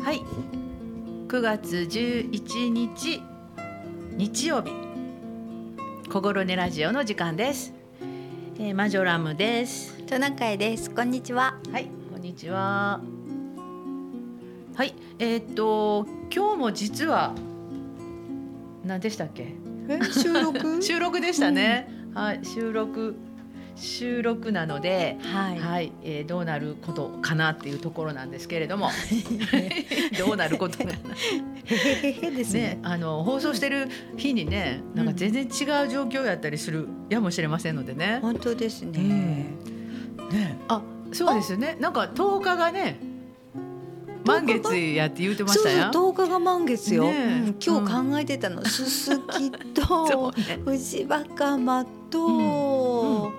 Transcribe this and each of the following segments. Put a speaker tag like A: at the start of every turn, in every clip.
A: はい9月11日日曜日小頃寝ラジオの時間です、えー、マジョラムです
B: トナカイです。こんにちは。
A: はいこんにちははいえーっと今日も実は何でしたっけ
B: え収録
A: 収録でしたね、はい収録収録なので
B: は
A: はい、
B: い。
A: えーどうなることかなっていうところなんですけれども どうなることかな
B: へへへへです
A: ね
B: ね。
A: あの放送してる日にねなんか全然違う状況やったりするやもしれませんのでね、
B: 本当ですね。
A: ねあそうですよねなんか10日がね満月やって言ってま
B: そ
A: し
B: う
A: た
B: そう
A: よ
B: 10日が満月よ。
A: ねえ
B: うん今日考えてたの。すすき
A: そう
B: と
A: ね
B: 藤若間
A: うんう
B: と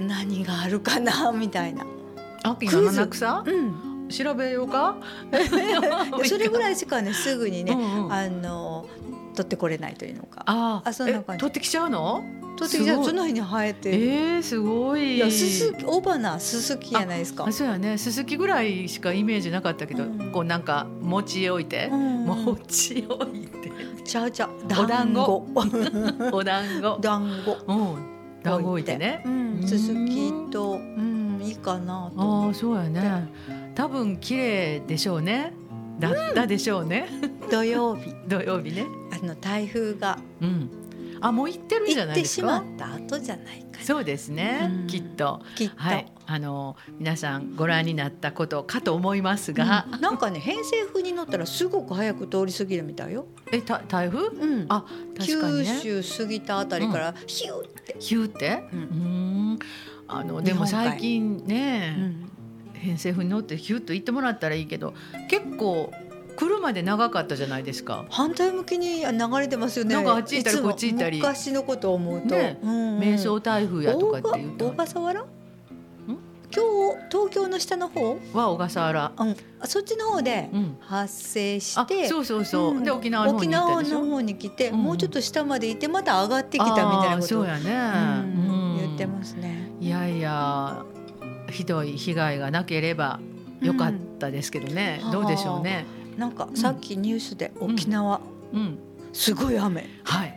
B: 何があるかなみたいな。
A: 秋
B: クイ
A: の
B: ズ
A: 七草
B: うん。
A: 調べよう か
B: それぐ
A: い
B: らいしかねすぐに
A: ね、う
B: ね
A: んうん
B: あの取ってこれないというのか。
A: あ
B: あそんな感じ
A: え取ってきちゃうの
B: 取ってきた
A: す
B: ら
A: ごい
B: その日に生えてる。
A: えー、すごい
B: いやすすき雄花すすきじゃないですか
A: あ。そうやねすすきぐらいしかイメージなかったけど、
B: うん
A: こうなんか持ち置いて、
B: うん
A: 持ち置いて
B: ちゃうちゃう。
A: お団子
B: 団子
A: お団子
B: 団子。
A: うん団子置いてね
B: う
A: うん
B: ん、すすきと、うん、いいかなと
A: あ
B: 思
A: あそうやね多分綺麗でしょうねだったでしょうね、
B: う。土曜日、
A: 土曜日ね
B: あの台風が
A: うんあもう行ってるんじゃ
B: 行
A: な
B: っ
A: いで
B: て
A: す
B: し
A: か
B: まった後じゃないかな。
A: そうですね、
B: うん
A: きっと
B: きっと、
A: はいあの皆さんご覧になったことかと思いますが、
B: うんなんかね、偏西風に乗ったら、すごく早く通り過ぎるみたいよ。
A: えた台風
B: うん、
A: あ確かに
B: 九
A: ね
B: 州過ぎたあたりから、ヒューって。
A: ヒューって、う
B: うんん、
A: あのでも
B: 日本海
A: 最近
B: う
A: ね、
B: ん
A: 偏西風に乗ってヒューと行ってもらったらいいけど結構来るまで長かったじゃないですか。
B: 反対向きに流れてますよね。
A: なんかあっち行ったり
B: いつも
A: こっち行ったり
B: 昔のことを思うと、
A: ね
B: うんうん
A: 迷走台風やとかって言う
B: 大
A: と
B: 賀大笠原？今日東京の下の方？
A: は小笠原、
B: うん、あそっちの方で
A: うん、
B: 発生
A: あ
B: して、
A: そうそうそう、
B: うん
A: で沖縄の方に行ったでしょ
B: 沖縄の方に来て、
A: うんうん
B: もうちょっと下まで行ってまた上がってきたみたいな
A: あー
B: こ
A: そ
B: とを
A: うやね、
B: うん
A: うん
B: 言ってますね。
A: いやいやひどい被害がなければよかったですけどね、
B: うん
A: どうでしょうね、
B: なんかさっきニュースで沖縄、
A: うん、
B: すご い雨。
A: はい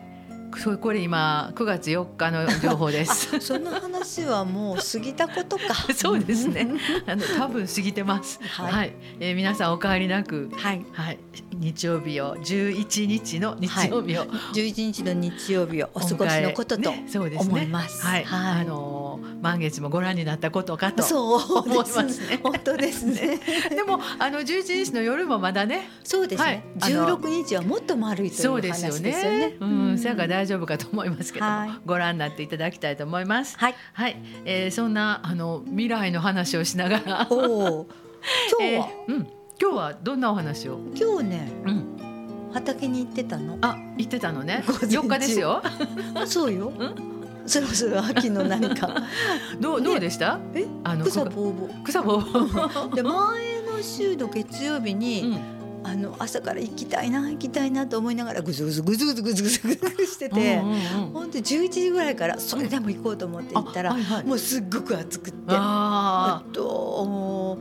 A: そうこれ今9月4日の情報で
B: あ
A: す。
B: その話はもう過ぎたことか
A: そうですね。あの多分過ぎてます。は、
B: はいい
A: えー皆さんお変わりなく、
B: はい。
A: はい、日曜日を11日の日曜日を
B: 十一日の日曜日をお過ごしのことと
A: お迎えねそうですね
B: 思います。
A: はい、あのー満月もご覧になったことかと。
B: そう
A: 思い
B: で
A: ますすね
B: ね。本当ですね。
A: でもあの11日の夜もまだね、
B: そうです
A: はい
B: ね。
A: あ
B: 十
A: の
B: 六日はもっと丸いという
A: そう
B: 話
A: で
B: ですす
A: よ
B: よ
A: ね。
B: ね。
A: うん、そやから大丈夫かと思いますけども、
B: はい
A: ご覧になっていただきたいと思います。
B: はい。
A: はい、えーそんなあの未来の話をしながら、
B: おお。今日は、
A: えーうん、今日はどんなお話を、
B: 今日ね
A: うん、
B: 畑に行ってたの。
A: あ、言ってたのね。
B: 午前中
A: 4日ですよ。
B: そうよ。そろそろ秋の何か。
A: どう、
B: ね
A: どうでした。
B: え
A: あの、
B: 草
A: くが
B: ぼうぼ
A: 草ぼうぼう。
B: う。で前の週の月曜日
A: う
B: に、
A: ん
B: あの朝から行きたいな行きたいなと思いながらぐずぐずぐずぐずぐずぐずぐずしてて
A: うん、うんうん
B: ほんと11時ぐらいからそれでも行こうと思って行った
A: あ
B: ら
A: はいはい
B: もうすっごく暑くって。
A: あ
B: あと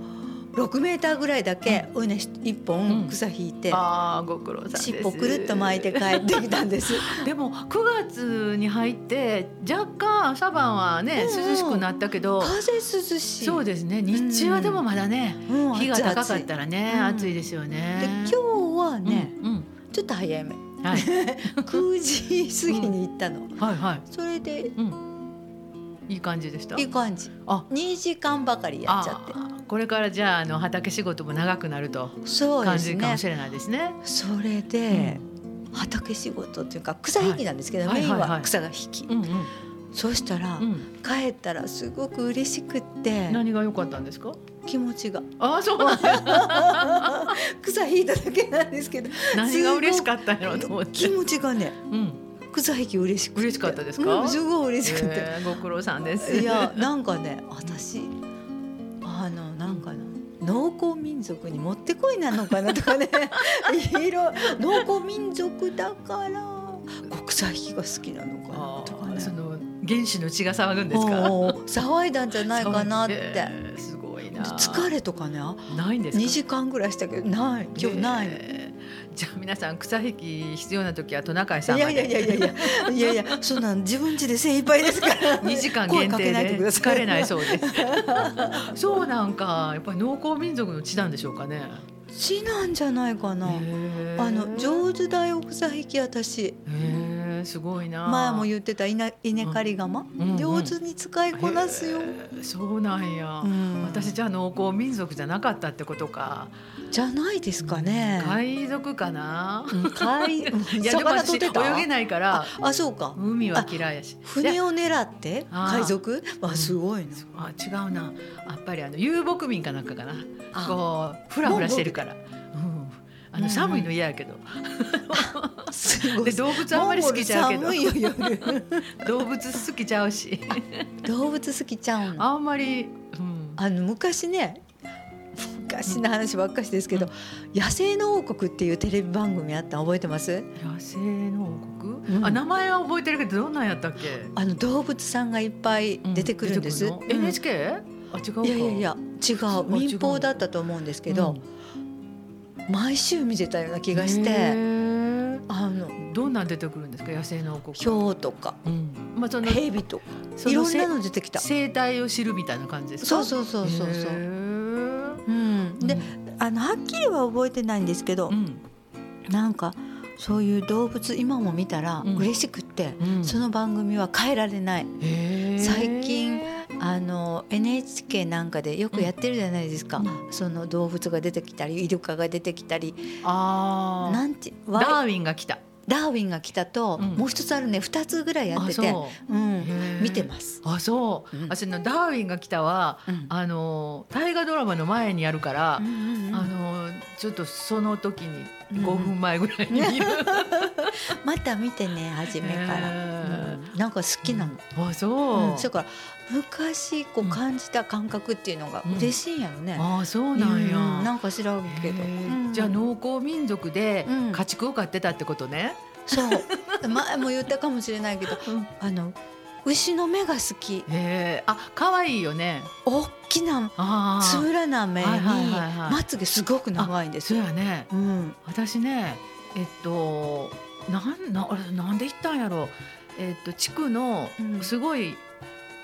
B: 6メーターぐらいだけ、お稲一
A: うん
B: 本草引いて、
A: ーあー、ご苦労さんです。
B: 尻尾くるっと巻いて帰ってきた んです。
A: でも9月に入って若干朝晩はね
B: うんうん
A: 涼しくなったけど、
B: 風涼しい。
A: そうですね日中はでもまだね、
B: うん
A: 日が高かっ
B: 暑い暑いで
A: たらね
B: うん
A: 暑いですよね。
B: 今日はね、
A: うんうん
B: ちょっと早 め
A: はい
B: 9時過ぎに行ったの。
A: はいはい
B: それで
A: いい感じでした
B: い。い感じ。
A: あ
B: 2時間ばかりやっちゃって。
A: あーこれからじゃああの畑仕事も長くなると
B: そう
A: 感
B: です
A: じかも
B: ね。
A: しれないですね。
B: それで、畑仕事っていうか草引きなんですけど、
A: はい
B: メイン
A: はいはいは
B: はい草が引き。
A: うんうん
B: そうしたら、
A: うん。
B: 帰ったらすごく嬉しくって
A: 何が良かったんですか？
B: 気持ちが
A: あーそうなんだ。
B: 草引いただけなんですけど
A: 何が嬉しかったんやろうと思って
B: 気。持ちがね
A: うん。
B: 草引き嬉しくて
A: 嬉しかったですか
B: うん、すごい嬉しくて、
A: えーご苦労さんです。
B: いやなんかね私あのなんかな農耕民族にもってこいなのかなとかねいろいろ農耕民族だから国際引きが好きなのかな
A: あ
B: とか
A: ー
B: ね
A: その原始の血が騒ぐんですか？
B: おうおう騒いだんじゃないかなって
A: えーすごいいな
B: 疲れとかねあ
A: ないんですか
B: 2時間ぐらいしたけどない今日ない、
A: えーじゃあ皆さん草引き必要な時はトナカイさん
B: い
A: ま
B: や
A: で
B: いやいやいやい やいやいやそんなん自分家で精一杯ですから
A: 2時間限
B: 声かけ
A: 定
B: ないで
A: で
B: くださ
A: 疲
B: い
A: れないそうですそうなんかやっぱり農耕民族の地なんでしょうかね
B: 死なんじゃないかな、
A: へー
B: あの上手だよ草引き私
A: へーすごいな
B: 前も言ってた稲稲刈り釜、
A: んうん
B: 上手に使いこなすよ、
A: へーそうなんや、
B: うん
A: 私じゃあ農耕民族じゃなかったってことか
B: じゃないですかね
A: 海賊かな、
B: うん貝うん
A: いやでも
B: 魚
A: 私
B: 取
A: 泳
B: ってた
A: げないから
B: あそうか
A: 海は嫌いやし
B: 船を狙って
A: あー
B: 海賊あすごいな
A: あ違うなやっぱりあの遊牧民かなんかかな
B: あ
A: こうフラフラしてるから、うん、あ
B: うんう
A: の
B: ん
A: 寒いの嫌やけど、
B: すご
A: で
B: い
A: 動物あんまり好きちゃうけど
B: モンゴル寒いよ 夜
A: 動物好きちゃう し
B: 動物好きちゃうの
A: あんまり、うん、
B: あの昔ね昔の話ばっかしですけど「野生の王国」っていうテレビ番組あったの覚えてます
A: 野生の王国、
B: うん
A: あ名前は覚えてるけどどんなんやったっけ、
B: あの動物さんがいっぱい出てくるんです、
A: 出てくるの NHK、あ違うか
B: うんいやいやいや違う
A: 違う
B: 民放だったと思うんですけど、毎週見てたような気
A: 気
B: がしてあの
A: どんなん出てくるんですか野生の王
B: ヒ
A: 国、
B: ョウとか
A: うん、まあその
B: ヘビとか
A: そ
B: いろ
A: の
B: ん
A: せ
B: なの出てきた
A: 生態を知るみたいな感じですか
B: そうそうそうそうそ
A: へ
B: う、
A: ー
B: うん、であのはっきりは覚えてないんですけど、
A: うん
B: なんかそういう動物今も見たら
A: うん
B: 嬉しくって、
A: うん
B: その番組は変えられない
A: へー
B: 最近あの NHK なんかでよくやってるじゃないですか、
A: う
B: その動物が出てきたりイルカが出てきたり
A: あー
B: なんて
A: ダ
B: わ
A: ーウィンが来た
B: ダーウィンが来たと、
A: うん
B: もう一つあるね二つぐらいやって
A: あ
B: てう、
A: そ
B: ん、
A: へー
B: 見てます。
A: うあそう、
B: うん
A: 私のダーウィンが来たは
B: うん
A: あの大河ドラマの前にやるから、
B: うんうんう
A: あ
B: ん
A: のちょっとその時に
B: うん
A: 5分前ぐらい に見る、
B: また見てね初めから、
A: へ
B: うんなんか好きなの、
A: あそう、
B: うん、だから昔こう感じた感覚っていうのが嬉しいんやろね、
A: あそうなんや、
B: うんなんか知らんけど、
A: へ
B: う
A: ー
B: ん
A: じゃあ農耕民族で
B: うん
A: 家畜を飼ってたってことね、
B: そう前も言ったかもしれないけどあの牛の目が好き
A: へえあ可愛いよね
B: 大きな
A: ああ
B: つぶらな目に
A: はいはいはいはい
B: まつげすごく長いんです
A: そう
B: よ、
A: やね
B: うん、
A: 私ねえっとなんなあれなんで行ったんやろえっと地区の
B: うん
A: すごい、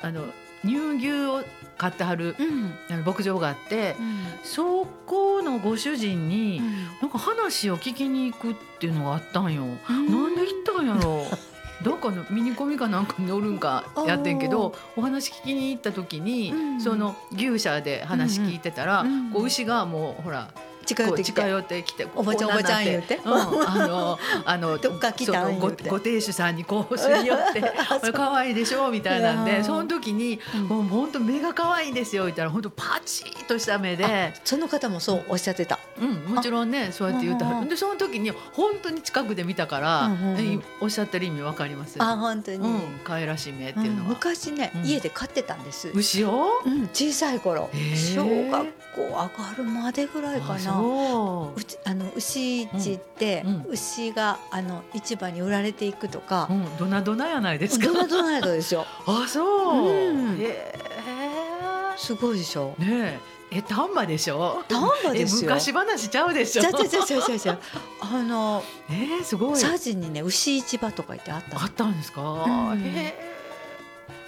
A: あの乳牛を飼ってはる
B: うん
A: あの牧場があって、
B: うん
A: そこのご主人に、
B: う
A: なんか話を聞きに行くっていうのがあったんよ。
B: ん
A: なんで行ったんやろ どっかのミニコミかなんかに乗るんかやってんけどお話聞きに行った時に、
B: うん
A: その牛舎で話聞いてたら、
B: うんうん
A: こう牛がもうほら
B: 近寄
A: こう
B: ってきて
A: 近寄ってきて
B: おばちゃん
A: こうな
B: おばちゃん
A: うん、あのあの
B: どっか来たん
A: そのご
B: 言うて
A: ご亭主さんにこうすり寄って これ可愛いでしょみたいなん
B: いや
A: で
B: ー
A: その時に
B: うん
A: もう本当目が可愛いんですよ言ったら本当パチッとした目で、
B: その方もそうおっしゃってた
A: うん、もちろんねそうやって言った
B: うんうんうん
A: でその時に本当に近くで見たから、
B: うんうんうん
A: えおっしゃってる意味わかります。
B: あ本当に、
A: うん、可愛らしい目っていうのは、
B: 昔ね、
A: うん
B: 家で飼ってたんです、
A: 牛を
B: うん、小さい頃
A: へー
B: 小学校上がるまでぐらいか
A: あ
B: な
A: そう
B: ちあの牛市って、
A: うんうん
B: 牛があの市場に売られていくとか
A: う、うん、ドナドナやないですか
B: ドナドナイドですよ。
A: あそう、
B: うん
A: へえ
B: すごいでしょ。
A: ねええ丹波でしょ
B: 丹波ですよ。
A: え昔話ちゃうでし
B: じ
A: ょ
B: ゃじゃじゃじゃじゃじゃ。あの
A: えー、すごい
B: 佐治にね牛市場とか言ってあった
A: あ
B: の。
A: ったんですか、
B: うん
A: へ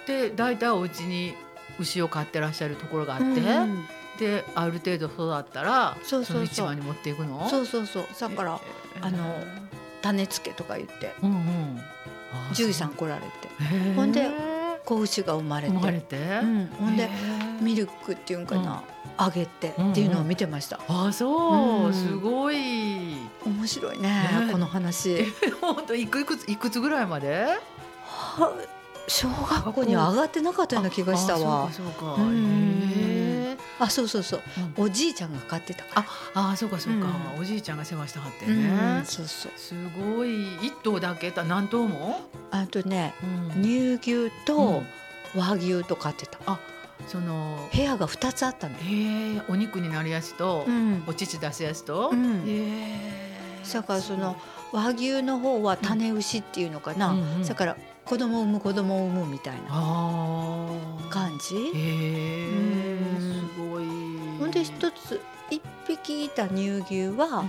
A: えで大体お家に牛を飼ってらっしゃるところがあって、
B: うん
A: である程度育ったら
B: そうそうそう
A: の市場に持っていくの
B: そうそうそう。だから
A: えー
B: あの種付けとか言って
A: うんうんあ
B: 獣医さん来られて
A: へえ
B: ほんで子牛が生まれて
A: 生まれて、
B: うん、ほん
A: へ
B: で
A: え
B: ミルクっていうんかな、あげてっていうのを見てました。
A: あそう、
B: うん
A: すごい
B: 面白いね
A: ねえ
B: この話。
A: 本当いくいくついくつぐらいまで
B: は小学校には上がってなかったような気がしたわ
A: あ。そうかそうか
B: うん
A: へえ
B: あそうそうそう、
A: う
B: おじいちゃんが飼ってたから。
A: ああそうかそうか、
B: うん
A: おじいちゃんが世話したはって
B: う
A: ね、
B: ん、そうそう。
A: すごい一頭だけだ何頭も、
B: あとね、
A: うん
B: 乳牛
A: う
B: と
A: ん
B: 和牛と飼ってた。
A: その
B: 部屋が二つあったのよ。
A: へえお肉になるやつと、
B: うん
A: お乳出すやつと、
B: うん
A: へえ
B: だからその和牛の方は種牛っていうのかな。
A: うんうん
B: だから子供を産む子供を産むみたいな
A: ああ
B: 感じ。
A: へえ
B: うん
A: すごい
B: で一つ一匹いた乳牛は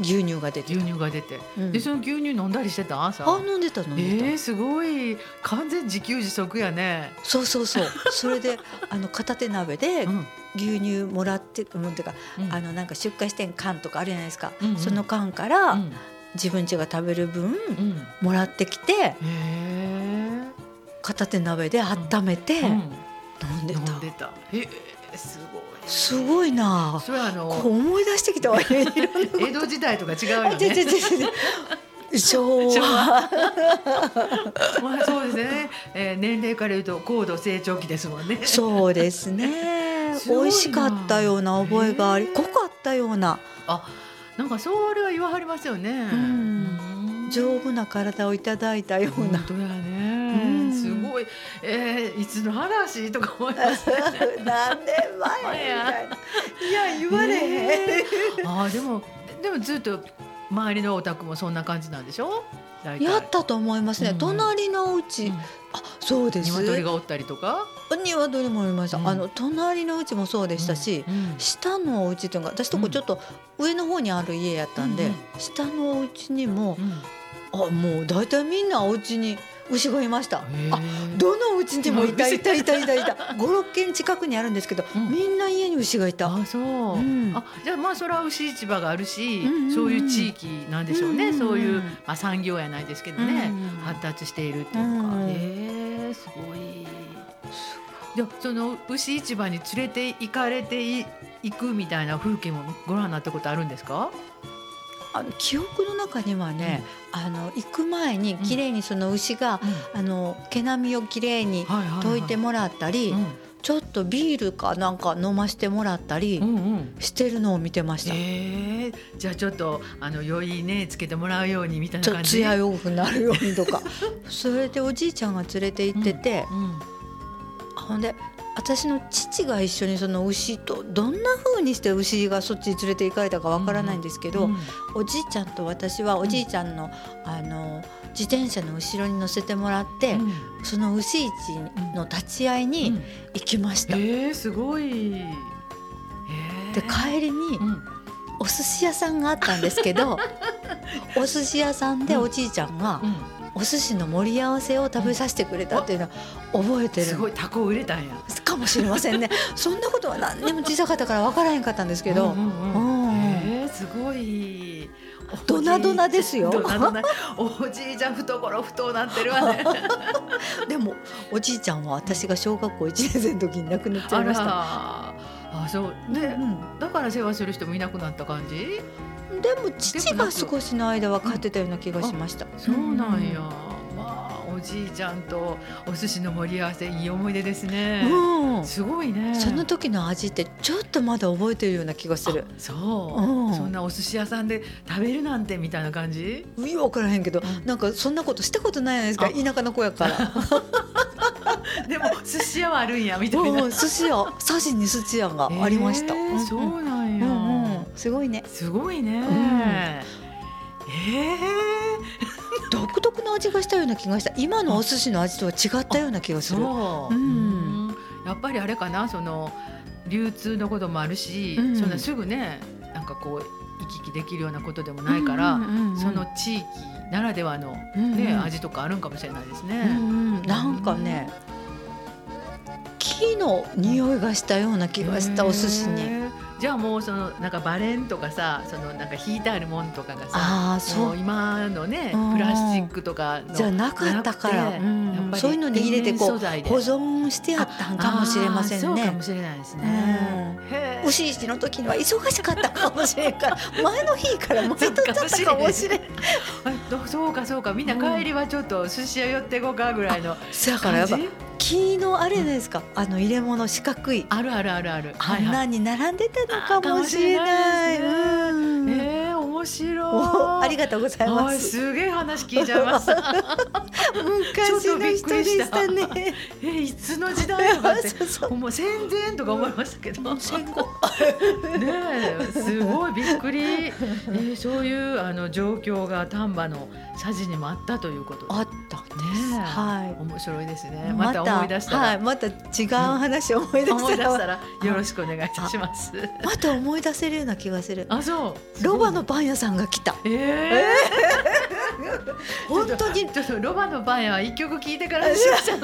B: 牛乳が出て
A: 牛
B: た、
A: 乳が出て、
B: うん
A: でその牛乳飲んだりしてた朝
B: あ飲んでた飲ん
A: え
B: でた、
A: ー、すごい完全自給自足やね、
B: そうそ うそうそれであの片手鍋で
A: うん
B: 牛乳もらってうんてか
A: うん
B: あのなんか出荷してん缶とかあるじゃないですか、
A: うんうん
B: その缶から、
A: うん
B: 自分家が食べる分
A: うん
B: もらってきて
A: へえ
B: 片手鍋で温めて
A: う
B: 飲
A: ん
B: んで
A: 飲
B: た、
A: んでたへえすごい
B: すごいな
A: それはあ
B: こう
A: の
B: 思い出してきたわいろんなこと
A: 江戸時代とか違う
B: あ
A: よ
B: 違う違
A: ね
B: う違う違う昭
A: 昭
B: 和
A: 和 まあそうですね、えー、年齢から言うと高度成長期ですもんね
B: そうですね
A: すごいな
B: 美味しかったような覚えがあり
A: へえ
B: 濃かったような
A: なんかそうあれは言わはりますよね
B: ん
A: うん
B: 丈夫な体をいただいたよう
A: 本
B: な
A: 当や
B: うん
A: ねすごいえー、いつの話とか思います
B: 何年前みたいないや言われへん、
A: あーでもでもずっと周りのお宅もそんな感じなんでしょ大体
B: やったと思いますね、
A: うん
B: 隣のうち、
A: うん
B: あそうです
A: 鶏がおったりとか
B: 鶏もいました、
A: うん
B: あの隣のうちもそうでしたし、
A: うん
B: 下のお家というか私と
A: う
B: こ
A: ん
B: ちょっと上の方にある家やったんで、
A: うん
B: 下のお家にも
A: う、ん
B: あもう大体みんなお家に牛がいました、
A: へー
B: あどのお家にもいた
A: 牛
B: いたいたいたいた56軒近くにあるんですけど、
A: うん
B: みんな家に牛がいた、
A: あそう、
B: うん
A: あじゃあまあそれは牛市場があるし、
B: うんうんうん
A: そういう地域なんでしょうね、
B: うんうんうん
A: そういう、まあ、産業やないですけどね、
B: うんうん
A: 発達しているっていうか、
B: うん
A: へえすごい。じゃあその牛市場に連れて行かれてい行くみたいな風景もご覧になったことあるんですか？
B: あの記憶の中にはね、あの行く前に綺麗にその牛が、あの毛並みを綺麗に
A: はいはいはい
B: 溶いてもらったり、
A: う
B: ちょっとビールかなんか飲ましてもらったり
A: ん、うんうん。
B: してるのを見てました。
A: ええじゃあちょっとあの良いねつけてもらうようにみたい
B: ち
A: な
B: ょっと
A: 感じ。
B: 艶よくなるようにとか それでおじいちゃんが連れて行ってて、
A: うん。
B: ほんで私の父が一緒にその牛とどんな風にして牛がそっちに連れて行かれたかわからないんですけど、
A: うん
B: おじいちゃんと私はおじいちゃんの,、あの自転車の後ろに乗せてもらって、
A: うん
B: その牛市の立ち会いに行きました。
A: ええすごい。ええ
B: で帰りに
A: うん
B: お寿司屋さんがあったんですけどお寿司屋さんで
A: うん
B: おじいちゃんが
A: うん。
B: お寿司の盛り合わせを食べさせてくれたっていうのは覚えてる
A: すごいタコ売れたんや
B: かもしれま せんねそんなことは何にも小さかったから分からへんかったんですけど、
A: うんうん
B: う
A: うん
B: ん
A: へえすごい
B: ドナドナですよ
A: おじいちゃんドナドナおじいちゃん懐不当なってるわね
B: でもおじいちゃんは私が小学校1年生の時に亡くなっちゃ
A: あ
B: いました。
A: らあそうで
B: うん
A: だから世話する人もいなくなった感じ
B: でも父が少しの間は飼ってたような気がしました。
A: そうなんや、わあおじいちゃんとお寿司の盛り合わせいい思い出です
B: う
A: ね、
B: ん。うん。
A: すごいね
B: その時の味ってちょっとまだ覚えてるような気がする。
A: そう、
B: うん
A: そんなお寿司屋さんで食べるなんてみたいな感じ
B: 意味わからへんけど、
A: うん
B: なんかそんなことしたことないじゃないですか。田舎の子 やから。
A: でも寿司屋はあるんやみたいな
B: うん、寿司屋、サジに寿司屋がありました。
A: えー
B: うんうん
A: そうなん
B: う
A: や、
B: んうん、すごいね。
A: すごいね、
B: ん
A: え
B: 独特の味がしたような気がした。今のお寿司の味とは違ったような気が
A: ー、
B: する。
A: そう、
B: うん
A: うんやっぱりあれかなその流通のこともあるし、
B: うん
A: そんなすぐねなんかこう行き来できるようなことでもないから、
B: うんうんうん
A: その地域ならではの、ね
B: うんうん
A: 味とかあるんかもしれないです
B: う
A: ね。
B: んうん、なんかね。木の匂いがしたような気がした、お寿司に。
A: へーじゃあもうそのなんかバレンとかさそのなんか引いてあるもんとかがさ
B: ああ、
A: も
B: そう
A: う。今のね
B: うん
A: プラスチックとかの
B: じゃなかったから、
A: なくて
B: うん
A: やっぱり
B: そういうのに入れてこ
A: 天然素材
B: う
A: で
B: 保存してあったんかもしれません
A: あーそうか
B: ね
A: も。しれないですね。
B: う
A: へー
B: 牛市の時には忙しかったかもしれんから 前の日から前取っちゃったかもしれん。
A: あどそうかそうかみんな帰りはちょっと寿司屋寄ってこうかぐらいの
B: そやからや
A: 感
B: っ
A: じ
B: ぱ木のあれですか、あの入れ物四角い
A: あるあるあるある
B: あん
A: は
B: ないに並んでたのかもしれない。
A: あかもしれな
B: うん
A: えー、面白
B: お
A: い
B: ありがとうございま
A: はい
B: す。
A: すげえ話聞いちゃいま した
B: 昔の人でしたね。
A: えいつの時代とかって
B: そうそう
A: もう戦前とか思いましたけどね
B: 戦後。
A: えすすごいびっくり、えーそういうあの状況が丹波の佐治にもあったということで
B: あったんで
A: ね
B: す。
A: え
B: はい。
A: 面白いですねまた思い出したら、
B: はい、また違う話を思い出
A: 思い
B: し
A: 出
B: た
A: し
B: ら
A: たらよろしくお願いいたします
B: また思い出せるような気がする。
A: あそう
B: ロバのパン屋さんが来た。
A: えー、
B: 本当に。
A: ちょっとロバのパンは一曲聞いてからにしましょう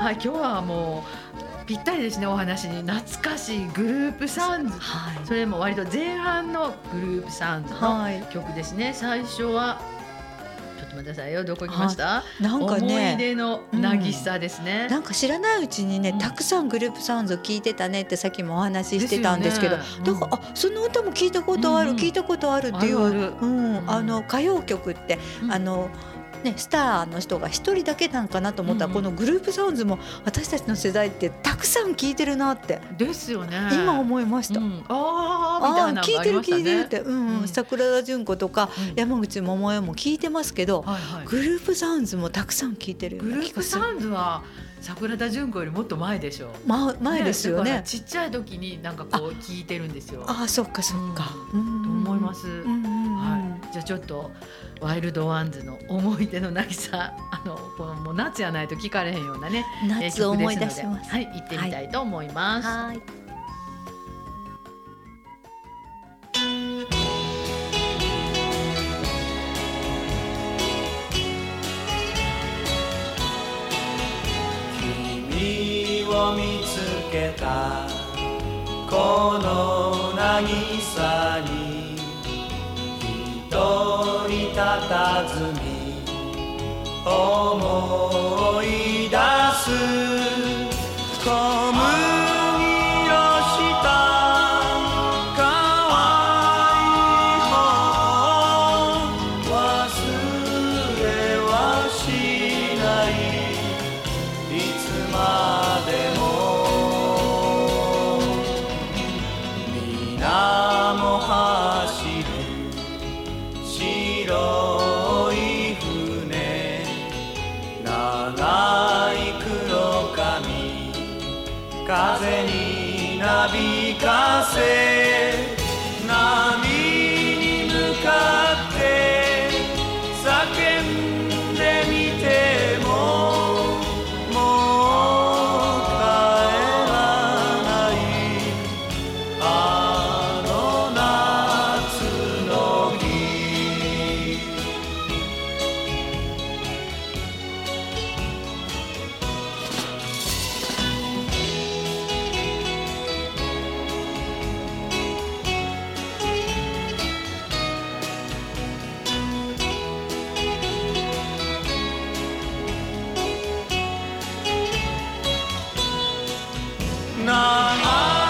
A: はい今日はもうぴったりですねお話に懐かしいグループサウンズ
B: はい。
A: それも割と前半のグループサウンズの
B: はい。
A: 曲ですね、最初はちょっと待ってくださいよどこ行きました、
B: なんか
A: 思い
B: ね。
A: 出の渚ですね、
B: なんか知らないうちに
A: う
B: ね
A: ん
B: たくさんグループサウンズを聞いてたねってさっきもお話ししてたんですけど
A: ですよね
B: だからあその歌も聞いたことある
A: うん
B: 聞いたことあるっていう
A: あるある
B: うんあの歌謡曲って
A: うん
B: あのねスターの人が一人だけなんかなと思った
A: うん
B: らこのグループサウンズも私たちの世代ってたくさん聞いてるなって
A: ですよね
B: 今思いました
A: う。ん、ああみた
B: あ
A: いなの
B: ー聞
A: があ
B: いて
A: り
B: る
A: ました
B: 聞いてるっ
A: ね
B: て、うん
A: う
B: うんん、桜田淳子とか
A: うん
B: 山口百恵も聞いてますけど、
A: はいはい
B: グループサウンズもたくさん聞いてるよう
A: グ
B: な
A: ルー
B: 気
A: プ
B: がす
A: サ
B: る。
A: ウンズは桜田淳子よりもっと前でしょう
B: ま、前ですよ
A: だから
B: ね。
A: ちっちゃい時になんかこう聞いてるんですよ。
B: ああ、そっかそっか。。
A: と思いますす。
B: うんうんうん
A: はい。じゃあちょっとワイルドワンズの思い出の渚、あのこのもう夏やないと聞かれへんようなね。えー
B: 夏を
A: 曲で
B: 思い
A: すの
B: 出
A: で
B: します。
A: はい、行ってみたいと思います。
B: はい。
C: 君を見つけたこの渚に一人佇み思い出す小麦色した可愛い方を忘れはしないいつまでも皆も走る白い船長い黒髪風になびかせ波に向かって叫んでみてももう帰らないあの夏の日長いまつげの大きな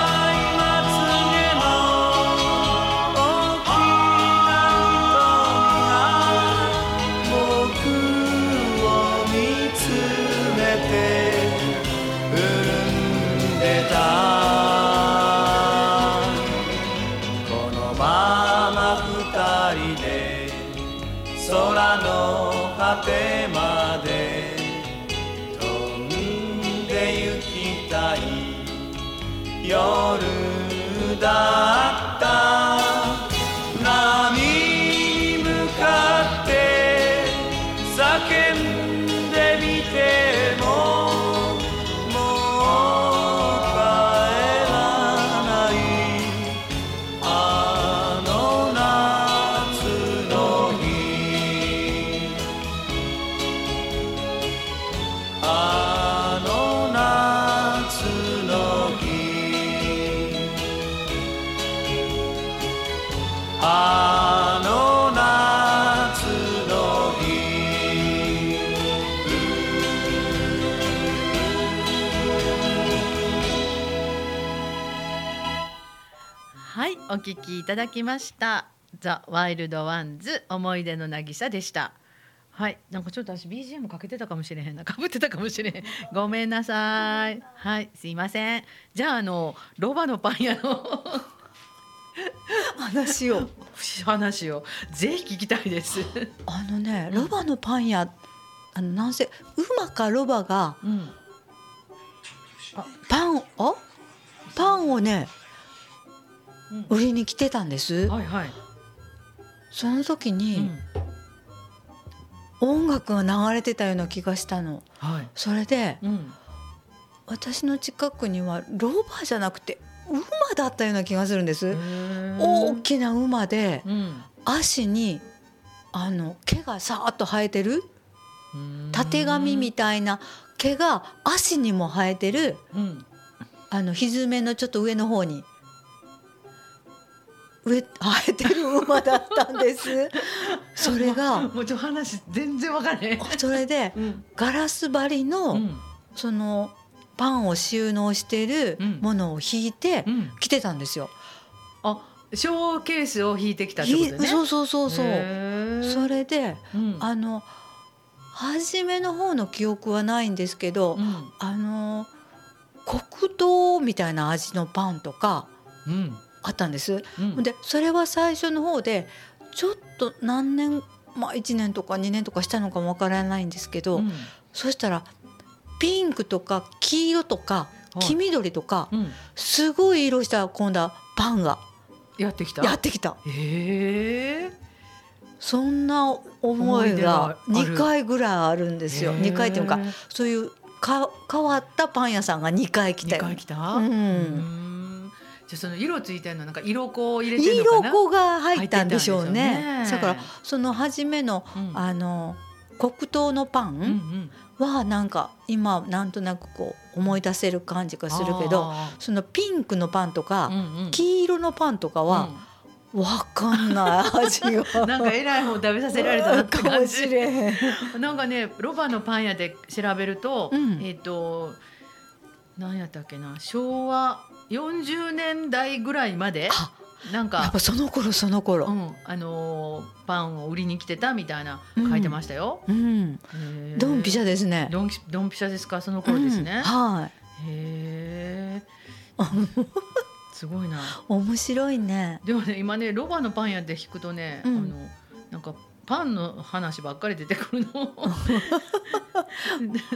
C: 瞳が僕を見つめて産んでたこのまま二人で空の果てまで飛んで行きたい夜だった波に向かって叫んでみてももう帰らないあの夏の日あの夏の日あの夏の日
A: はい、お聞きいただきました。ザ・ワイルド・ワンズ思い出の渚でした。はい、なんかちょっと私 BGM かけてたかもしれへんな、かぶってたかもしれへん。ごめんなさい。はい、すいません。じゃああのロバのパン屋の
B: 話を。
A: 話をぜひ聞きたいです。
B: あのね、ロバのパン屋。あの、なんせ、馬かロバが
A: うん、
B: パンを。パンを
A: う
B: ね。
A: ん
B: 売りに来てたんです、
A: はいはい。
B: その時
A: う
B: に
A: ん
B: 音楽が流れてたような気がしたの
A: はい。
B: それで
A: うん。
B: 私の近くにはローバーじゃなくて馬だったような気がするんです大
A: お。
B: きな馬で
A: うん。
B: 足にあの毛がさーっと生えてる
A: うん
B: たてがみみ。たいな毛が足にも生えてる
A: うん。
B: あの蹄のちょっと上の方に上生えてる馬だったんです それが
A: もうちょっと話全然わかんない。
B: それで
A: うん。
B: ガラス張りの、
A: うん。
B: そのパンを収納してる
A: うん
B: ものを引いて
A: うん。
B: 来てたんですよ。
A: あ、ショーケースを引いてきたってこと
B: ひ
A: ね。
B: そうそうそうそう。
A: う
B: そ。れで
A: うん。
B: あの初めの方の記憶はないんですけど、
A: うん。
B: あの黒糖みたいな味のパンとか
A: うん。
B: あったんです。
A: うん。
B: でそれは最初の方でちょっと何年まあ1年とか2年とかしたのかもわからないんですけど、
A: うん。
B: そしたらピンクとか黄色とか
A: はい
B: 黄緑とか、
A: うん。
B: すごい色した今度はパンが
A: やってきた。
B: やってきた
A: へえ。
B: そんな思いが
A: 思い出がある
B: 2回ぐらいあるんですよ
A: へー
B: 2回っていうかそういうか変わったパン屋さんが2回来
A: 二
B: たよ
A: 回来た。
B: うん
A: んじゃあその色ついてるのなんか色粉を入れてるのか
B: 色
A: な。
B: 粉が入ったんでしょうね
A: 入ってたんでしょうね
B: だからその初めの
A: うん
B: あの黒糖のパ
A: うんう
B: ン
A: ん。
B: はなんか今なんとなくこう思い出せる感じがするけど
A: あ
B: そのピンクのパンと
A: ー。う
B: か
A: んうん。
B: 黄色のパンとかはわかんない味が
A: うんなんかえらいもん食べさせられたなって
B: か
A: 感
B: もし
A: じ。
B: れへん。
A: なんかねロバのパン屋で調べると、
B: うん
A: えっ、となんやったっけな昭和40年代ぐらいまで
B: あ
A: なん
B: やっ
A: か
B: ぱ。その頃その
A: う
B: 頃、
A: ん、あのーパンを売りに来てたみたいな書いてましたよ。
B: うん、
A: へー
B: ドンピシャですね。
A: ドンキドンピシャですかその頃です
B: うん
A: ね。
B: は
A: へえ。すごいな。
B: い、面白いね。
A: でもね今ねロバのパン屋で弾くとね、
B: うん
A: あのなんかパンの話ばっかり出てく るの。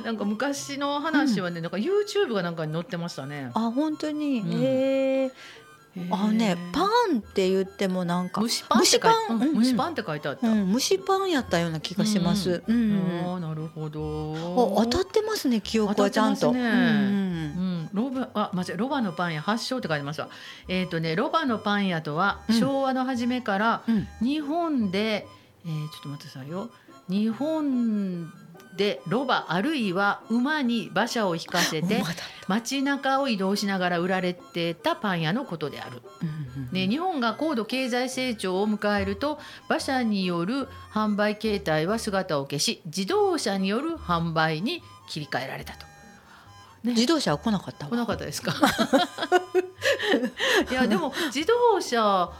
A: なんか昔の話はね、なんか YouTube がなんかに載ってましたね。
B: あ、本当に、
A: うん
B: へえ。あのね、パ
A: ン
B: ンって言ってもなんか
A: 蒸、しパンって書いてうん
B: 蒸しパンうん
A: 蒸しパンって書いてあった。
B: う
A: あ
B: ん、蒸しパンやったような気がします。うん、うん
A: あーなるほど。
B: お当たってますね記憶はちゃんと。
A: 当たって
B: う
A: ますねうんん、ロバあ間違えロバのパン屋発祥って書いてますわ。えっ、とねロバのパン屋とは
B: うん
A: 昭和の初めから
B: うんうん
A: 日本で、えーちょっと待ってくださいよ日本でロバあるいは馬に馬車を引かせて
B: 馬だった
A: 街中を移動しながら売られてたパン屋のことである、
B: うんうん
A: ね、日本が高度経済成長を迎えると馬車による販売形態は姿を消し自動車による販売に切り替えられたと。ね
B: 自動車は来なかったわ
A: 来なかったですか いやでも自動車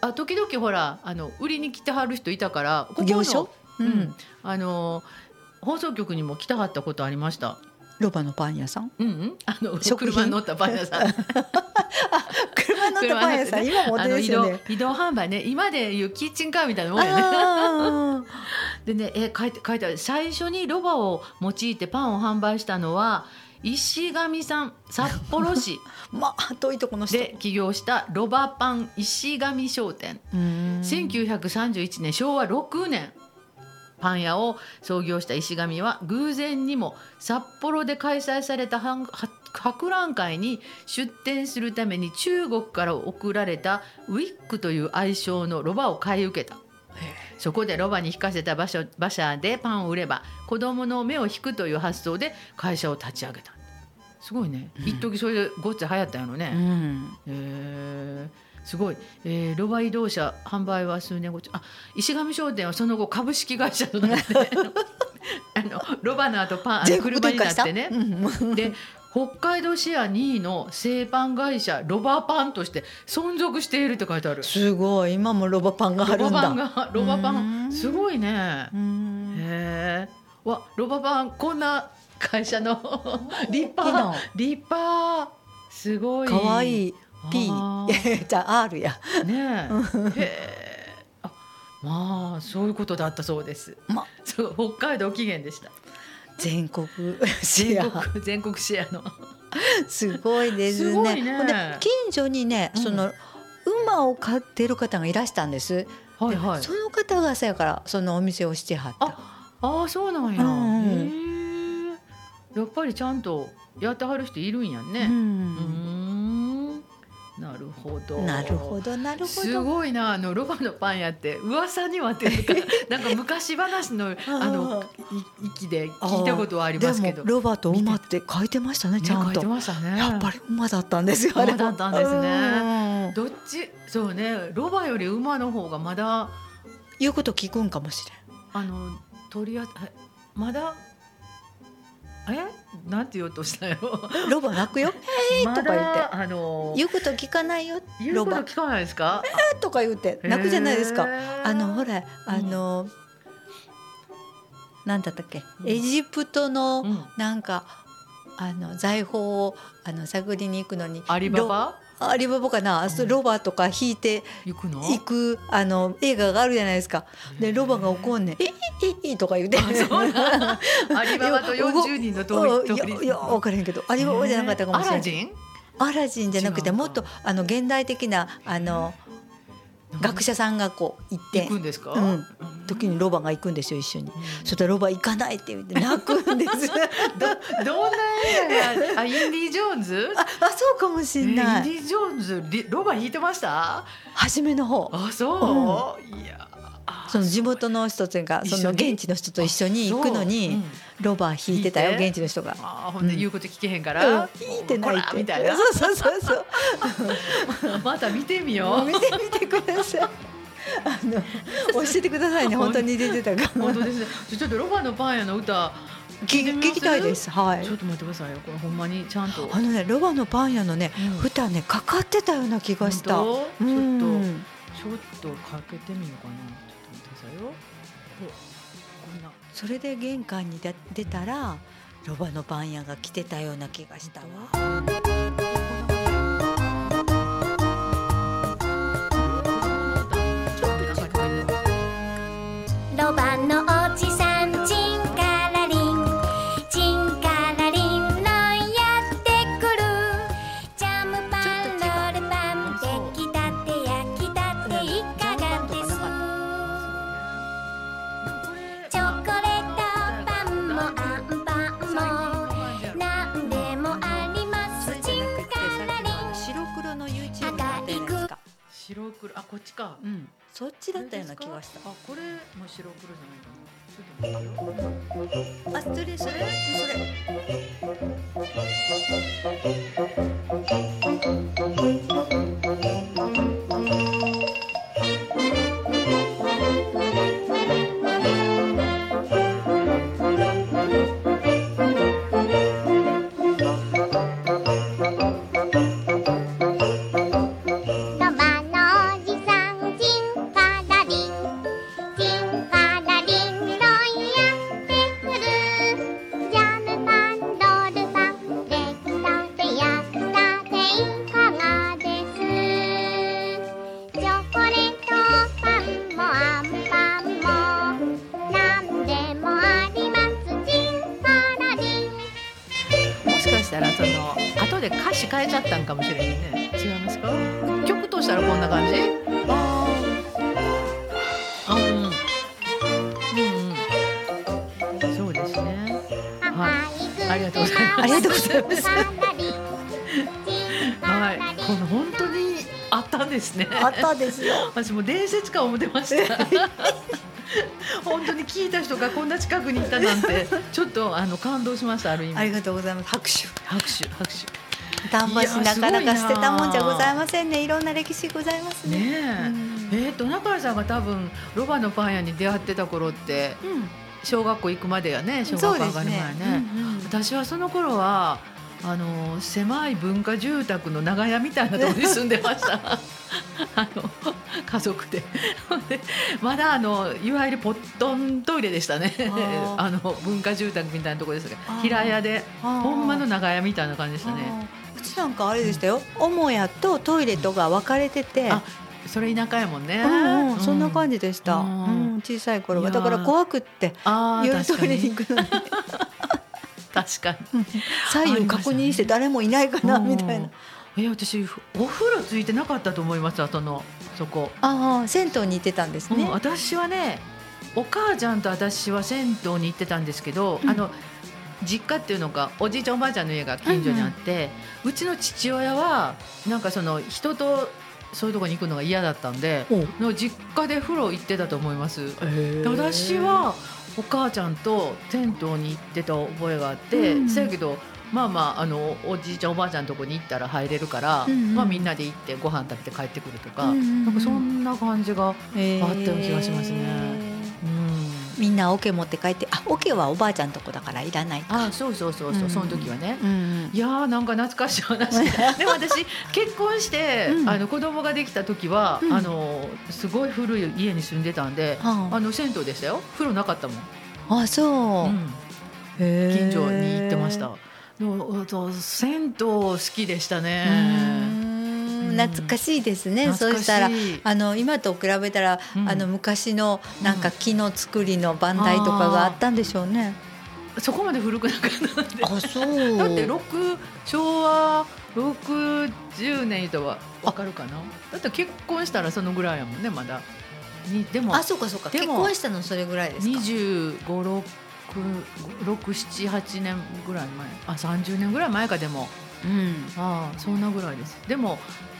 A: あ時々ほらあの売りに来てはる人いたからここの
B: 業者う、
A: うんん、あの放送局にも来たはったことありました。
B: ロバのパン屋さん。
A: うん、うん、あの
B: 食品
A: 車に乗ったパン屋 さん。
B: 車乗ったパン屋さん、今も
A: あ
B: 出
A: の
B: で
A: 移
B: す
A: 動
B: よね。
A: 移動販売ね、今でいうキッチンカーみたいなもんやね。
B: あー
A: でね、え書いて書いてある最初にロバを用いてパンを販売したのは石神さん札幌市
B: まあ遠いとこの人。
A: で起業したロバパン石神商店。
B: うん
A: 1931年昭和6年パン屋を創業した石神は偶然にも札幌で開催されたはんは博覧会に出店するために中国から送られたウィッグという愛称のロバを買い受けたそこでロバに引かせた馬車馬車でパンを売れば子供の目を引くという発想で会社を立ち上げたすごいね、
B: うん
A: 一時それでごっつ流行ったんやろね、
B: うん
A: えーすごい、えーロバ移動車販売は数年後あ石上商店はその後株式会社となって あのロバの後パンあの
B: 全国
A: 車
B: 展
A: に
B: 開
A: なっ
B: した。
A: てね
B: うん
A: で北海道シェア2位の製パン会社ロバパンとして存続しているって書いてある
B: すごい今もロバパンがあ
A: ロバ
B: るん
A: パン
B: だ。
A: がロバパ
B: う
A: ン
B: ん
A: すごいね
B: うん
A: へえわロバパンこんな会社の立
B: 大きな
A: 派立派すごい
B: 可愛い P
A: あー
B: じゃあ R や。
A: ねえ。へえ。あ、まあそういうことだったそうです。
B: ま
A: そう北海道起源でした。
B: 全国 シ
A: 全
B: ェア
A: 国全国シェアの。
B: すごいですす
A: ご
B: ね。
A: いね
B: ほんで近所にね
A: うん
B: その馬ナーを買ってる方がいらしたんです、
A: はいはい
B: その方がさやからそのお店をしてはった
A: あああそうなんや、
B: うん
A: へえやっぱりちゃんとやってはる人いるんや
B: う
A: ねうん
B: ん
A: んなるほど
B: なるほどなるほ
A: す
B: ど
A: ごいなあのロバのパン屋って噂にはっていうかなんか昔話のあのい息で聞いたことはありますけ
B: で
A: ど
B: もロバと馬って書いてましたねちゃん
A: ね書い
B: と、
A: てましたね
B: やっぱり馬だったんですよあれも
A: 馬だったんですね
B: うん
A: どっちそうねロバより馬の方がまだ
B: 言うこと聞くんかもしれん
A: あの取りあえまだえなんて言おうとしたよ。
B: ロバ泣く よえーとか言って
A: まだあの
B: 言うこと聞かないよ
A: 言う
B: ロ
A: こと
B: バ
A: 聞かないですか。
B: とか言って泣くじゃないですかあのほらあの、なんだったっけ
A: うん
B: エジプト
A: う
B: の
A: ん、
B: なんか、あの財宝をあの探りに行くのに
A: アリババ
B: ロアリババかな、そ
A: う
B: う
A: ん
B: ロバとか引いて
A: 行くの。
B: 行くあの映画があるじゃないですかでロバが怒んねん「ええええとか言って
A: あそう なんアリババと
B: いや
A: 四十人の
B: お
A: 通り
B: い
A: 通
B: やい
A: り。
B: や分からへんけどアリババじゃなかったかもしれ
A: アラ
B: ない
A: ジン
B: アラジンじゃなく
A: 違
B: て
A: うか
B: もっとあの現代的なあの学者さんがこう行っ
A: 行
B: て
A: くんですか。
B: うん時にロバが行くんですよ一緒に。そしたらロバ行かないって言って泣くん です。
A: どどんな映画やあインディ・ジョーンズ
B: あ、あそうかもし
A: えイ
B: ん
A: ンデ
B: ない。
A: ィ・ジョーンズリロバ引いてました
B: 初めの方、
A: あそう、いやあ
B: その地元の人というか、
A: 一緒
B: そ
A: に
B: の現地の人と一緒に行くの
A: そうう
B: に
A: ん。
B: ロバ引いてたよ、
A: 弾いて
B: 現地の人が。
A: あーほんで言うこと聞けへんか
B: うん
A: ら、
B: 引いてないっ
A: こ
B: て
A: らみ たい な
B: そうそうそうそう
A: また見てみ
B: もう
A: よ
B: 見てみてくださいあの教えてくださいね本当に出てたか
A: う本当
B: 聞
A: ですねちょっとロバのパン屋の歌
B: き聞きたいですはい
A: ちょっと待ってくださいよこれほんまにちゃんと
B: あのねロバのパン屋のね
A: うん
B: 蓋ねかかってたような気がした
A: 本当ちょっと、
B: うん
A: ちょっとかけてみようかなちょっと待ってくださいよでこんな
B: それで玄関に出出たらロバのパン屋が来てたような気がしたわ。
A: ちょっとなんか聞こえてます
D: ロバのおじさんチンカラリンチンカラリンのやってくるジャムパンロールパン出来たて焼きたていかがですチョコレートパンもあんパンもなんでもありますチンカラリン
B: 白黒の YouTube だったじゃないですか。
A: 白黒あこっちか
B: うん、そっちだったような気がした。
A: あこれも白黒じゃないかなちょっと待ってよ
B: あ、それそれそれ。
D: ロバのおじさんチンカラリンチンカラリンロイやってくるジャムパンロールパン出来たて焼きたていかがですチョコレートパンもあんパンもなんでもありますチンカラリン
A: もしかしたらその後で歌詞変えちゃったんかもしれないね違いますか曲としたらこんな感じあーうんうんうんそうですねはいありがとうございます
B: ありがとうございます
D: チンカラリンチン
A: は
D: カ
A: い
D: ラリン
A: この本当にあったんですね
B: あったですよ。
A: 私もう伝説か思ってました 本当に聞いた人がこんな近くにいたなん てちょっとあの感動しましたある意
B: あり
A: 味
B: がとうございます。拍手。
A: 拍手拍手
B: 丹波市
A: いや
B: なかなか捨てたもんじゃ
A: すごいな
B: ございませんね。いろんな歴史ございますね。
A: ねえ、えー、と中谷さんが多分ロバのパン屋に出会ってた頃って
B: うん、
A: 小学校行くまでやね小
B: そ
A: 学校
B: うで
A: 上が
B: す
A: る
B: ね
A: 前ね。
B: うんうん
A: 私はその頃はあの狭い文化住宅の長屋みたいなところに住んでました。 あの家族でほんでまだあのいわゆるポットントイレでしたね
B: あー
A: あの文化住宅みたいなところですが
B: あー
A: 平屋で
B: あー
A: ほんまの長屋みたいな感じでしたね
B: あーうちなんかあれでしたよ。母屋とトイレとが分かれてて。
A: あそれ田舎やもんね、
B: うんうん、そんな感
A: じ
B: じでした。
A: う
B: うんん、小さい頃
A: い
B: は
A: やー
B: だから怖くって
A: あー
B: 夜
A: 確
B: ト
A: か
B: イレに
A: に
B: 行くのに
A: 確かに
B: 左右確認して誰もいないかな
A: うん
B: みたいな。
A: え私お風呂ついてなかったと思いますわそのそこ、
B: ああ銭湯に行ってたんです
A: うん
B: ね、
A: 私はねお母ちゃんと私は銭湯に行ってたんですけど、
B: うん
A: あの実家っていうのがおじいちゃんおばあちゃんの家が近所にあって、うちの父親はなんかその人とそういうとこに行くのが嫌だったんで
B: お
A: の実家で風呂行ってたと思います
B: へ
A: で
B: ー
A: 私はお母ちゃんと銭湯に行ってた覚えがあって、
B: うん
A: せやけどまあまああのおじいちゃんおばあちゃんのとこに行ったら入れるから、
B: うんうん
A: まあ、みんなで行ってご飯食べて帰ってくるとか、
B: うんうんうん
A: なんかそんな感じが、
B: へー
A: あったような気がしますねうん、
B: みんな桶持って帰ってあ桶はおばあちゃんとこだからいらないか
A: あそうそうそうそう、
B: うん
A: その時はね。
B: うんうん
A: いやーなんか懐かしい 話でも私結婚して、
B: うん
A: あの子供ができた時は、
B: うん
A: あのすごい古い家に住んでたんで、あ
B: は
A: の銭湯でしたよ風呂なかったもん、
B: ああそう、
A: うん
B: へー
A: 近所に行ってました。でもあと銭湯好きでした
B: う
A: ね。
B: ー
A: うん
B: ん懐かしいですねそう
A: 懐か
B: したら
A: い
B: あの今と比べたら、
A: うん
B: あの昔のなんか木の作りの番台とかがあったんでしょうね。
A: そこまで古くなかったんで。
B: あ、そう。
A: だって六昭和六十年とはわかるかな。だって結婚したらそのぐらいやもんねまだ。にでも
B: あ、そうかそうか。
A: で
B: 結
A: も
B: 婚したのそれぐらいですか
A: 二。十五六六七八年ぐらい前あ三十年ぐらい前かでも。
B: うん。
A: ああそんなぐらいですでも、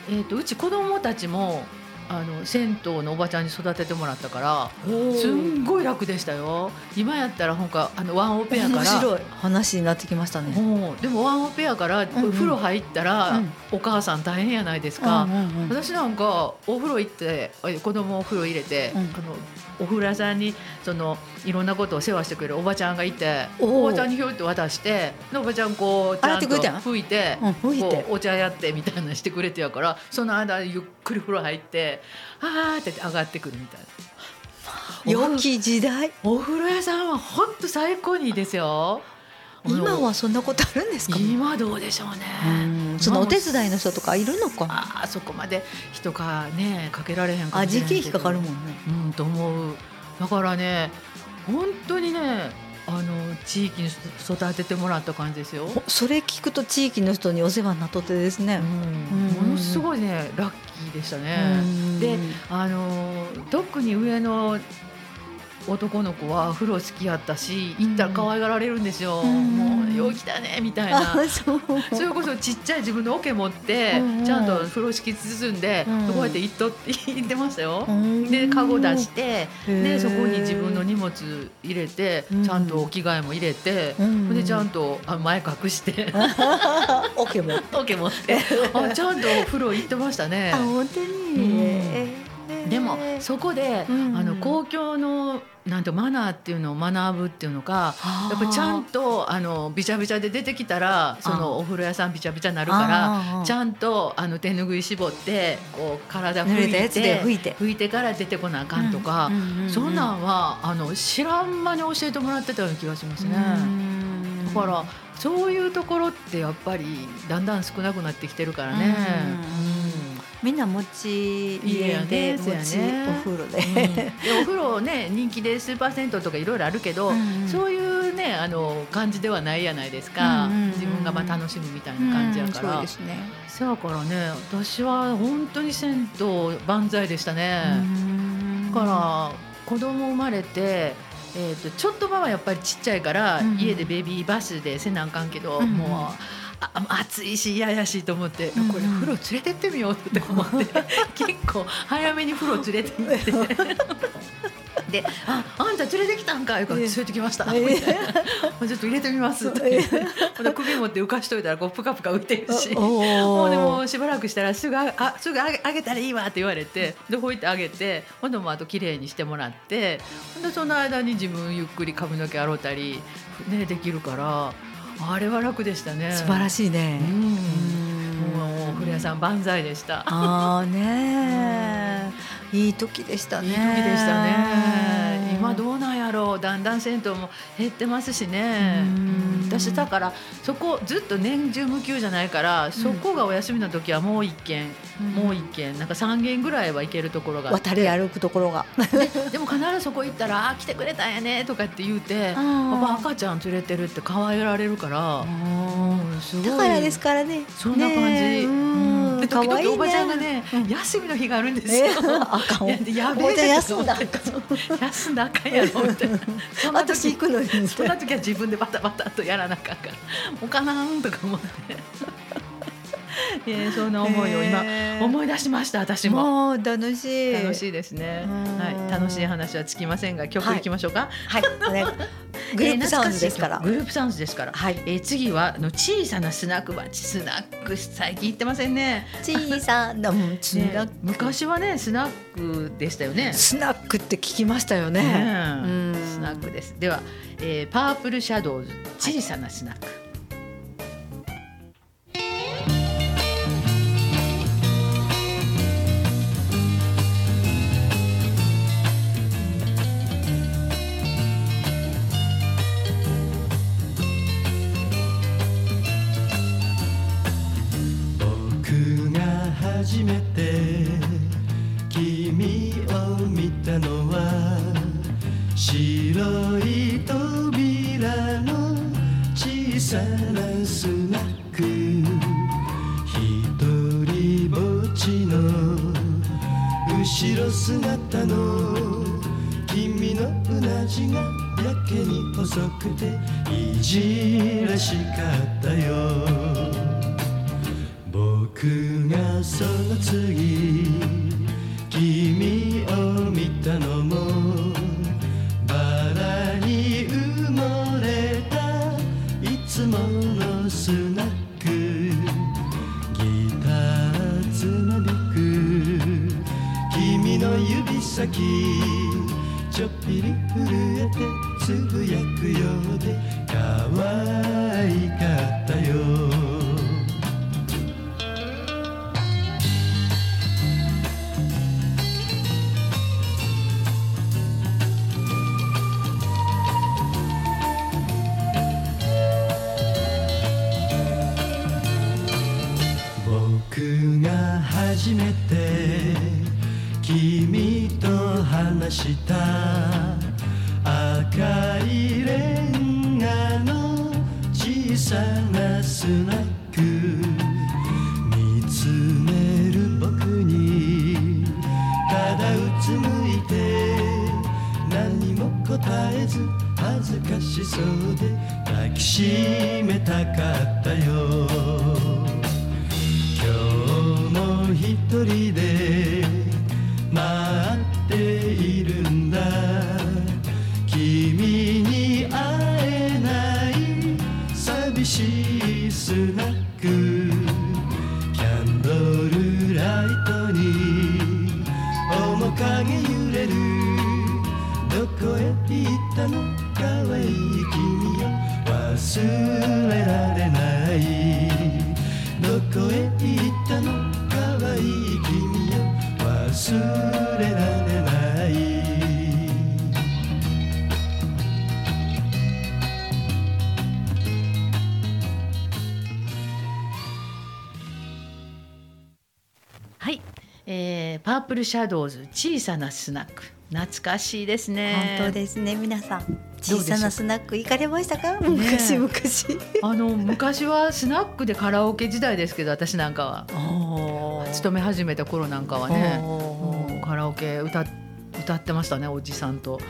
A: えー、とうち子供たちもあの銭湯のおばちゃんに育ててもらったからすんごい楽でしたよ今やったらほんかあのワンオペやか
B: 面
A: ら
B: 白い話になってきましたね。
A: もうでもワンオペやから、
B: んうん
A: お風呂入ったら、
B: うん
A: お母さん大変やないですか、
B: うんうんうん
A: 私なんかお風呂行ってえ子供をお風呂入れて、
B: うん
A: あのお風呂屋さんにそのいろんなことを世話してくれるおばちゃんがいて
B: おー
A: おばちゃんにひょいっと渡してでおばちゃんこうち
B: 洗
A: ゃ
B: っ
A: ん
B: て
A: と
B: くれたん
A: 拭いて,、
B: うん拭いて
A: こうお茶やってみたいなのしてくれてやからその間ゆっくり風呂入ってあーって上がってくるみたいな。
B: 良き時代。
A: お風呂屋さんは本当最高にいいですよ。
B: 今
A: あ
B: はそんなことあるんです
A: の
B: か。
A: 今どうでしょうね。
B: うんそのお手伝いの人とかいるのか。
A: あーそこまで人かねかけられへんかも
B: あ、
A: しれ
B: 時
A: ない
B: 給
A: け
B: 費
A: ど
B: かかるもんね。
A: うん、と思うだからね本当にねあの地域にそ育ててもらった感じですよ、
B: ほそれ聞くと地域の人にお世話になっとってです
A: う
B: ね。
A: ん、
B: うん
A: ものすごいねラッキーでしたね、
B: うん
A: であの特に上の男の子は風呂好きやったし行ったら可愛がられるんですよ、
B: うん
A: もうよう来たねみたいな
B: あ、そう。
A: それこそちっちゃい自分の桶持って、
B: うんうん
A: ちゃんと風呂敷包んで、
B: うん
A: こうやって行っとって行ってましたよ、
B: うん
A: でカゴ出して、
B: へ
A: で
B: ー
A: そこに自分の荷物入れて
B: うん
A: ちゃんとお着替えも入れて、
B: うん
A: でち ゃんとあ前隠して
B: オケも。
A: 時計持 ってあちゃんとお風呂行ってましたね
B: あ。本当に、
A: うん
B: えー
A: でもそこで、
B: うん
A: あの公共のなんてマナーっていうのを学ぶっていうのがやっぱりちゃんとあのびちゃびちゃで出てきたらそのお風呂屋さんびちゃびちゃになるから。
B: あー
A: ちゃんとあの手ぬぐい絞ってこう体
B: 濡
A: 拭
B: れたや
A: い
B: つで
A: て
B: 拭いて
A: 拭いてから出てこなあかんとか、
B: ううう
A: そんなんはあの知らん間に教えてもらってたような気がします
B: う
A: ね。
B: ん
A: だからそういうところってやっぱりだんだん少なくなってきてるからね。
B: みんな持ち
A: いい
B: 家
A: よ
B: で
A: ね
B: 持
A: そうや
B: ち
A: ね
B: お風呂
A: うん
B: で
A: でお風呂ね人気でスーパー銭湯とかいろいろあるけど、
B: うん
A: そういうねあの感じではないやないですか、
B: うんうんうん
A: 自分がまあ楽しむみたいな感じやから、
B: うんそうですね
A: そうやからね私は本当に銭湯万歳でしたね。だから子供生まれて、えー、とちょっと前はやっぱりちっちゃいから、
B: うん
A: 家でベビーバスでせなあかんけど、
B: うん
A: もう。ああ暑いし嫌やしと思って、
B: うん
A: これ風呂連れてってみようって思 って結構早めに風呂連れて行ってで「ああんた連れてきたんか」いうから「
B: ええ
A: 連れてきました」
B: ええ
A: みたいな「 ちょっと入れてみます」って言ってほんで首持って浮かしといたらこうプカプカ浮いてるし。も
B: も
A: うでもしばらくしたらすぐああすぐあげあげたらいいわって言われてどこ行ってあげてほんでもうあと綺麗にしてもらってほんでその間に自分ゆっくり髪の毛洗ったり、ね、できるからあれは楽でしたね
B: 素晴ら
A: しい、
B: しいね
A: うん
B: うん
A: もうもう古谷さん万歳でした
B: ああねえいい時でしたね
A: いい時でしたね今どうなんやろうだんだん銭湯も減ってますしね
B: うん
A: 私だからそこずっと年中無休じゃないからそこがお休みの時はもう一軒、
B: うん
A: もう一軒なんか3軒ぐらいは行けるところがあって
B: 渡り歩くところが
A: でも必ずそこ行ったら「あー来てくれたんやね」とかって言うて「
B: うん
A: パパ赤ちゃん連れてる」って可愛がられるから、うんすごい
B: だからですからね。
A: そんな感じ
B: ねえうん
A: ね時
B: 可愛い
A: 々
B: ね
A: おばちゃんがね休みの日があるんですよ
B: え。あ かん
A: いやでやべ
B: おばちゃん
A: え
B: 休んだ
A: 休んだらあかんやろみ たいなそんな
B: 私
A: 時
B: 行くのに
A: そんな時は自分でバタバタとやらなあかんからおかなんとか思っていやそんな思いを今
B: へー
A: 思い出しました私も。
B: もう楽しい
A: 楽しいですね、
B: うん
A: はい、楽しい話はつきませんが曲
B: はい
A: いきましょうか、
B: はいね グループサウンドですから
A: えー懐しい曲グループサウンドですから、
B: はい
A: えー次はあの小さなスナック鉢スナック最近行ってませんね
B: 小さなうんスナッ
A: ね
B: ク
A: 昔はねスナックでしたよね
B: スナックって聞きましたよね
A: ねえ
B: うん
A: スナックですでは、えーパープルシャドウズ小さなスナック、
E: 僕が初めて君を見たのは白い扉の小さなスナック一人ぼっちの後ろ姿の君のうなじがやけに細くていじらしかったよ僕がその次君を見たのもバラに埋もれたいつものスナックギターつなびく君の指先ちょっぴり震えてつぶやくようで可愛かったよ僕が初めて君と話した赤いレンガの小さなスナック見つめる僕にただうつむいて何も答えず恥ずかしそうで抱きしめたかったよ今日も一人で待っているんだ君に会えない寂しいスナックキャンドルライトに面影揺れるどこへ行ったの可愛い君よ忘れられないどこへ行ったの可愛い君よ忘れられない
A: はい、えーパープルシャドウズ小さなスナック懐かしいですね
B: 本当ですね皆さん
A: ょう
B: 小さなスナック行かれましたか昔昔、
A: あの昔はスナックでカラオケ時代ですけど私なんかは
B: おー
A: 勤め始めた頃なんかはね、うんカラオケ歌っ歌ってましたねおじさんと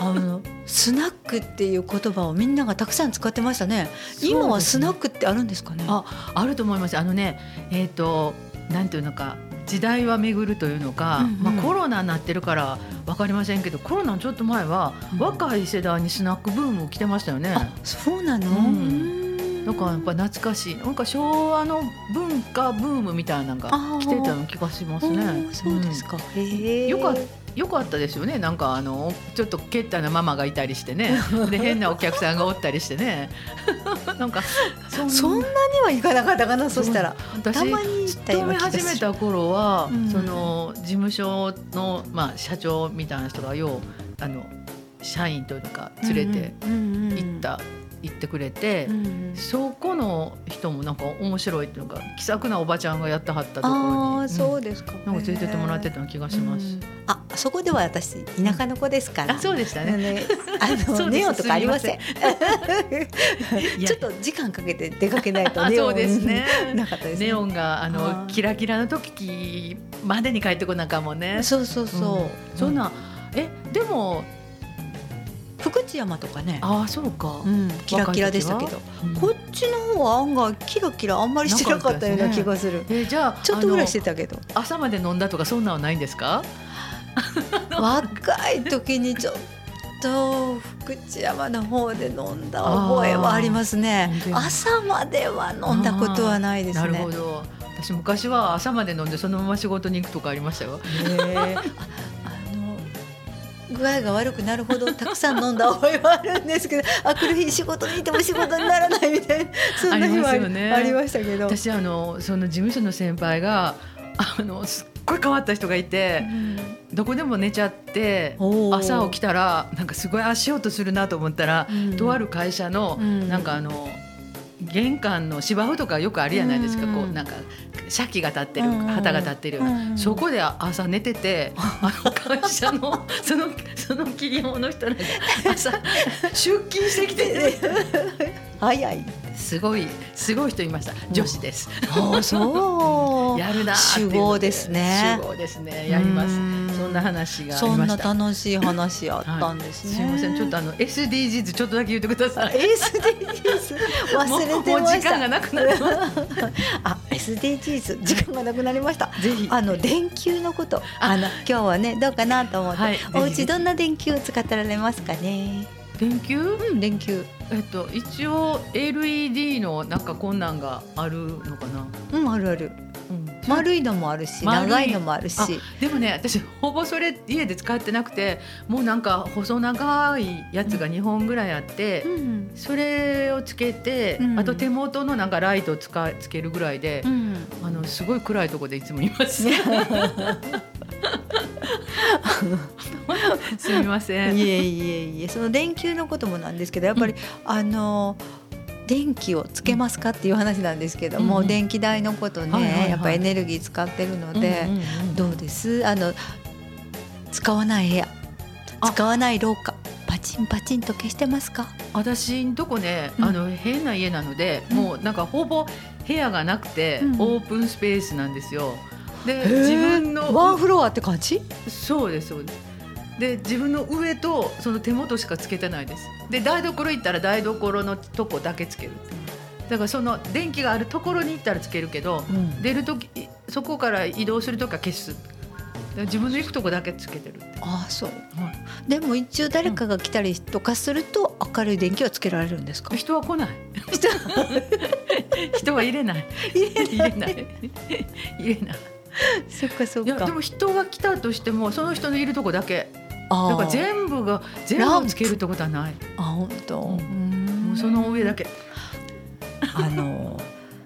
B: あのスナックっていう言葉をみんながたくさん使ってましたね。今はスナックってあるんですかね。
A: ああると思いますあのねえっ、となんていうのか時代は巡るというのか、
B: うんうん
A: まあ、コロナになってるから分かりませんけどコロナのちょっと前は、
B: うん
A: 若い世代にスナックブーム来てましたよね。
B: あそうなの。
A: うんなんかやっぱ
B: り
A: 懐かしいなんか昭和の文化ブームみたいなのが来てたの気がしますね。
B: そうですか。へえ。
A: よかっよかったですよねなんかあのちょっとけったなママがいたりして ねで変なお客さんがおったりしてね なんかそ
B: そんなには行かなかったかな。そしたら
A: 私
B: たまに行ったよ
A: 勤
B: う
A: め
B: な気がする
A: 始めた頃は、
B: うん
A: その事務所の、まあ、社長みたいな人がようあの社員というか連れて
B: 行
A: 行っ。た言ってくれて、そこの人もなんか面白いっていうか気さくなおばちゃんがやってはったところに
B: ああそう
A: う
B: ですか、
A: んなんか連れてってもらってたような気がします、
B: うんあそこでは私田舎の子ですから、
A: あそうでしたね、
B: ね、あ
A: そ
B: の
A: うです
B: ネオとかありません。
A: いや
B: ちょっと時間かけて出かけないと
A: あ
B: ネオ
A: そう
B: ン
A: ですね
B: なかったですね。
A: ネオンがあの
B: はい
A: キラキラの時までに帰ってこなかもね。
B: そうそうそう。
A: うんそんな、えでも
B: 福知山とかね。
A: ああそうか。
B: うん、キラキラでしたけど、
A: うん
B: こっちの方は案外キラキラあんまりしてなかったような気がする。
A: えじゃあ
B: ちょっとぐらいして
A: あ
B: たけど
A: の朝まで飲んだとかそんなのはないんですか？
B: 若い時にちょっと福知山の方で飲んだ覚えはありますね
A: あー
B: 朝までは飲んだことはないですね
A: なるほど。私昔は朝まで飲んでそのまま仕事に行くとかありましたよ。
B: へーああの具合が悪くなるほどたくさん飲んだ覚えはあるんですけどあ来る日仕事に行っても仕事にならないみたいなそんな日は
A: あ
B: あ
A: りますよ
B: り,、
A: ね
B: ましたけど。
A: 私あのその事務所の先輩があのすっごい変わった人がいてどこでも寝ちゃって朝起き
B: き
A: たらなんかすごい足音するなと思ったら、とある会社の、
B: うん
A: なんかあの玄関の芝生とかよくあるじゃないですか、
B: うん
A: こうなんかシャキが立ってる、
B: うんうん
A: 旗が立ってるような、
B: うんうん
A: そこで朝寝てて、あの会社の そのその企業の人らが朝出勤してきて、
B: 早 い
A: すごいすごい人いました女子です、
B: あそう
A: やるなーっていうの
B: 主語ですね
A: 主語ですねやります、
B: うん
A: そんな話があ
B: そ
A: り
B: ん
A: ま
B: な
A: した
B: 楽しい話あったんですね、
A: すいませんちょっとあの SDGs ちょっとだけ言ってください
B: SDGs 忘れ
A: も
B: て
A: う
B: ま
A: もう時
B: した
A: 間がなくなってます
B: あ SDGs 時間がなくなりました
A: ぜひ
B: あの電球のこと
A: あ
B: あの今日はねどうかなと思って、
A: はい
B: お
A: ぜひぜ
B: 家
A: ひ
B: どんな電球を使ってられますかね
A: 電球
B: うん電球
A: えっと一応 LED のなんか困難があるのかな、
B: うんあるある
A: うん、
B: 丸いのもあるし
A: 丸い
B: 長いのもあるし
A: でもね私ほぼそれ家で使ってなくてもうなんか細長いやつが2本ぐらいあって、
B: うん
A: それをつけて、
B: うん
A: あと手元のなんかライトを使いつけるぐらいで
B: う、ん
A: あのすごい暗いとこでいつもいます。 すみません。
B: いえいえいえその電球のこともなんですけどやっぱり、あの電気をつけますかっていう話なんですけど
A: う
B: も、
A: んうん
B: 電気代のことね、
A: はいはいはい
B: やっぱエネルギー使ってるの
A: う
B: で
A: ん、うんうん
B: どうですあの使わない部屋
A: あ
B: 使わない廊下パチンパチンと消してますか
A: 私んとこね、
B: うん
A: あの変な家なので、
B: うん
A: もうなんかほぼ部屋がなくて、
B: うん
A: オープンスペースなんですよ。で自分の
B: ワンフロアって感じ
A: そうですそうです。で自分の上とその手元しかつけてないです。で台所行ったら台所のとこだけつける。だからその電気があるところに行ったらつけるけど、
B: うん
A: 出る時そこから移動する時は消す。だから自分の行くとこだけつけてる。
B: ああそう
A: は
B: でも一応誰かが来たりとかすると明るい電気はつけられるんですか
A: い、人は来ない。人は入れない。入れない。入れない。
B: そっかそっ
A: いやでも人が来たとしてもその人のいるとこだけ。
B: あ
A: だ
B: ー
A: から全部が全部をつけるってことはない。
B: あ本当、
A: うん
B: ん
A: もうその上だけ。
B: あの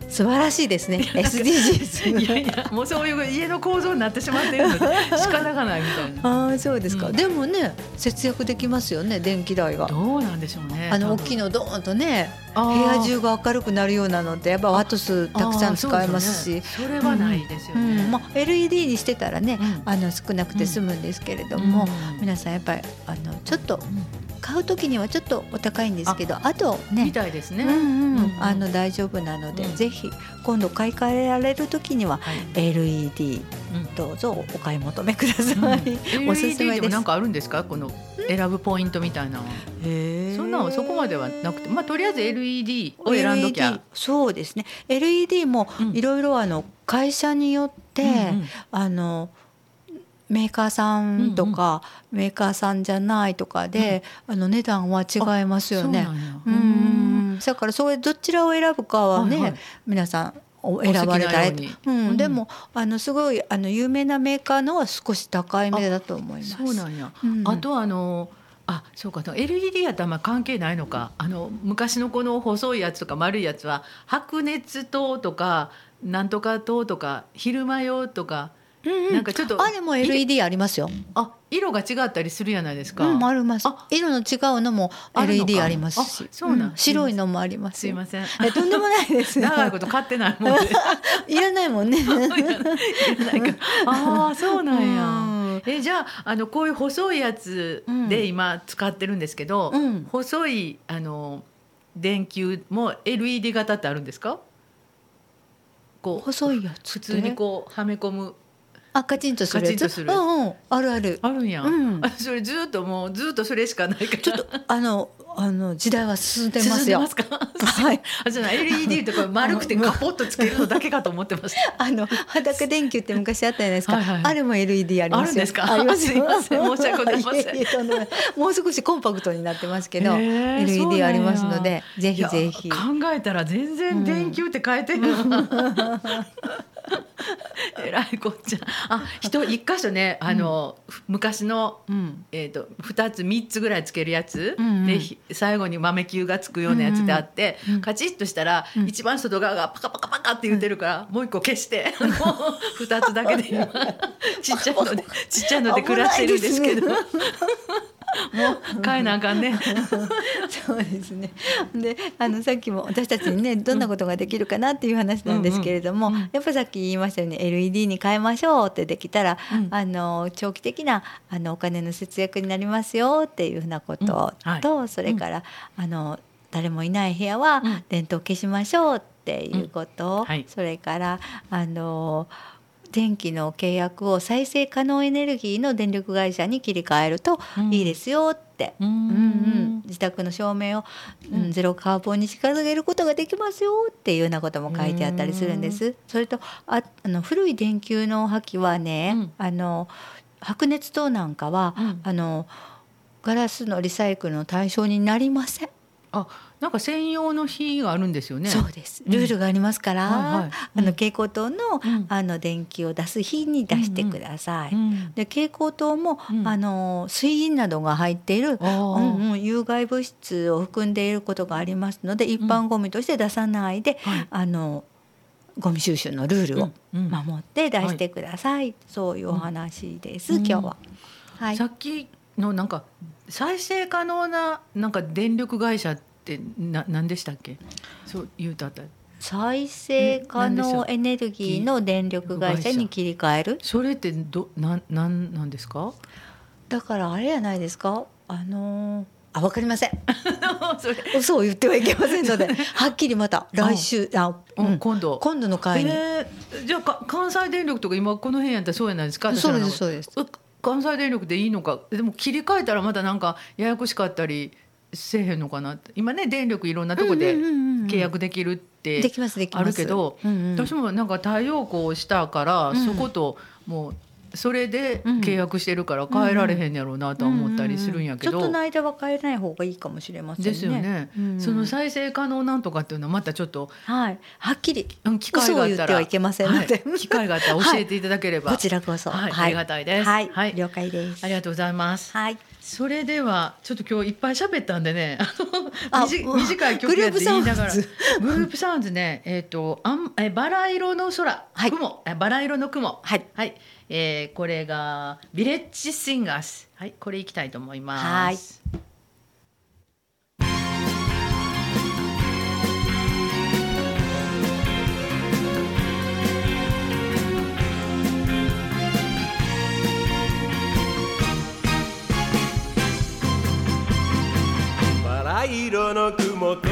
B: 素晴らしいですね
A: いや
B: SDGs
A: いやもうそういう家の構造になってしまっているので仕方がないみたいな。
B: ああそうですか、
A: うん
B: でもね節約できますよね電気代が
A: どうなんでしょうね。
B: あの大きい
A: な
B: のドーンとね
A: 部
B: 部屋中が明るくなるようなのってやっぱワット数たくさん使えますし
A: それはないですよ
B: う
A: ね。
B: んまあ、LED にしてたらね、
A: うん
B: あの少なくて済むんですけれども、
A: うん
B: 皆さんやっぱりあのちょっと買う時にはちょっとお高いんですけどあと
A: み
B: ね
A: たいです
B: う
A: ね。
B: んうん
A: うん
B: あの大丈夫なので、
A: うん
B: ぜひ今度買い替えられる時には
A: はい
B: LED
A: うん
B: どうぞお買い求めください、おすす
A: LED
B: め
A: で
B: で
A: も
B: す
A: なんかあるんですかこの選ぶポイントみたいなのはそんなのそこまではなくてまあとりあえず LED を選んどき
B: LED
A: ゃ、
B: そうですね LED も
A: うん
B: いろいろあの会社によって、
A: うんうん
B: あのメーカーさんとか、メーカーさんじゃないとかで、あの値段は違いますよね
A: そう。なんや
B: うんうんうんだからそれどちらを選ぶかはね、
A: はいはい
B: 皆さんお選ばれたら
A: お好きなよ
B: う
A: うに
B: ん
A: うん
B: でもあのすごいあの有名なメーカーのは少し高い目だと思います。
A: そうなんや、
B: うん
A: あとあのあそうか LED やったらまあ関係ないのかあの昔のこの細いやつとか丸いやつは白熱灯とかなんとか灯とか昼間用とか
B: うんうん
A: なんかちょっと
B: あれも LED ありますよ。
A: あ色が違ったりするじゃないです
B: う
A: か、
B: ん、あります
A: あ。
B: 色の違うのも
A: あるのか
B: LED ありますし
A: あ、そうなん
B: 白いのもあります
A: すい
B: よ。
A: ません
B: え、とんでもないで す。
A: 長いこと買ってないもんで
B: いらないもんね。
A: なんかああそうなんや、
B: うん
A: えじゃああのこういう細いやつ
B: う
A: で
B: ん
A: 今使ってるんですけど、
B: うん
A: 細いあの電球も LED 型ってあるんですかこう
B: 細いやつ。
A: 普通にこうはめ込む
B: あ、カチンとするや
A: カ
B: つ。
A: チンとするやつ
B: うんうん、あるある。
A: あるんや、
B: うん
A: あ それずっともうずっとそれしかないから
B: ちょっと、あの、あの時代は進んでますよ。
A: 進んでますか
B: はい。
A: あじゃあ LED とか丸くてカポッとつけるのだけかと思ってました
B: あの裸電球って昔あったじゃないですか。
A: はいはい
B: あれも LED ありますよ。
A: あるんですか
B: あります
A: すいません 申し訳ございません
B: ええとんでもないもう少しコンパクトになってますけど、
A: へえそうなん
B: LED
A: や
B: ありますので、ぜ
A: い
B: ひ
A: や
B: ぜひ
A: 考。えたら全然電球って変えて るな、えらいこっちゃあ人一箇所ねあの、ふ昔の、
B: うん。
A: えー、と2つ3つぐらいつけるやつ、
B: うんうん
A: でひ最後に豆球がつくようなやつであって、
B: うんうんうん
A: カチッとしたら、
B: うん
A: 一番外側がパカパカパカって言ってるから、もう一個消してもう2つだけ で今ちっちゃいのでちっちゃいので暮らしてるんですけど
B: 危な
A: もう変えなあかんね。
B: そうですね。で、あのさっきも私たちにね、どんなことができるかなっていう話なんですけれども、やっぱさっき言いましたように LED に変えましょうってできたら、
A: うん
B: あの長期的なあのお金の節約になりますよっていうふうなことと、
A: うんはい
B: それから、あの誰もいない部屋は
A: うん
B: 電灯を消しましょうっていうこ
A: う
B: と、
A: んはい
B: それからあの電気の契約を再生可能エネルギーの電力会社に切り替えるといいですよって、
A: うん
B: うんうん、自宅の照明を、うんゼロカーボンに近づけることができますよっていうようなことも書いてあったりするんです。それとああの古い電球の破棄はね、
A: うん
B: あの白熱灯なんかは、
A: うん
B: あのガラスのリサイクルの対象になりません。
A: あ、なんか専用の日があるんですよね。
B: そうです。ルールがありますか
A: は
B: ら、
A: いはい
B: あの蛍光灯の、
A: うん
B: あの電気を出す日に出してください。
A: うん
B: で蛍光灯も、
A: うん
B: あの水銀などが入っている
A: あー
B: うんうん、有害物質を含んでいることがありますので一般ゴミとして出さないで、
A: はい
B: あのゴミ収集のルールを
A: うんうん
B: 守って出してください、そういうお話です、
A: うん
B: 今日は。はい
A: さ、っきのなんか再生可能ななんか電力会社ってな何でしたっけ？そう言うとあった。
B: 再生可能エネルギーの電力会社に切り替える
A: それってどなんなんなんです か？
B: だからあれじゃないですかあのーあわかりませ ん
A: それ、
B: 嘘を言ってはいけませんの ではっきりまた来週あ、う
A: うん
B: ん、
A: 今度。
B: 今度の
A: え
B: 会に、
A: ーじゃあか関西電力とか今この辺やったらそうやないですか？私ら
B: そう
A: の
B: ですそうです
A: う関西電力でいいのかでも切り替えたらまだなんかややこしかったりせえへんのかなって今ね電力いろんなとこで
B: うんうんうんうん
A: 契約できるって
B: できますできま
A: あ
B: す
A: るけど
B: うんうん
A: 私もなんか太陽光したから、
B: ん
A: そこともうそれで契約してるから変えられへんやろうなとは思ったりするんやけど。
B: うんうんうんちょっとの間は変えない方がいいかもしれませんね。
A: ですよね、
B: うん
A: その再生可能なんとかっていうのはまたちょっと、
B: はい、はっきり
A: うん、機会があったら
B: 嘘を言ってはいけませんので、
A: はい機会があったら教えていただければ、
B: こちらこそ、
A: はいありがたいです
B: はい、
A: はい
B: 了解です。
A: ありがとうございます、
B: はい、
A: それではちょっと今日いっぱい喋ったんでね あの
B: あ
A: 短いう
B: わ
A: 短い曲やって言いながら
B: グループ
A: グループサウンズねえっ、とあんえバラ色の空、
B: はい
A: 雲えバラ色の雲
B: はい
A: えーこれがビレッジシンガースはいこれいきたいと思います
E: バラ色の雲と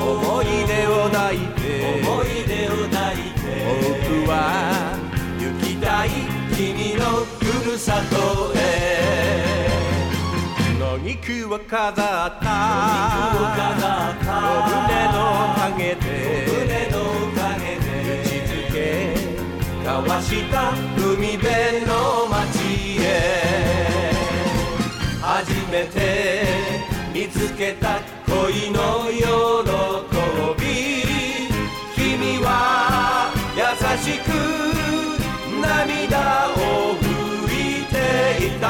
E: 思い出を抱いて
C: 思い出を抱い
E: 僕は行きたい君のふるさとへ野肉を飾った小舟の
C: て
E: 影で
C: 胸のおかげ
E: 打
C: で
E: ち付け交わした海辺の街へ初めて見つけた恋の喜び君は優しく涙を拭いていた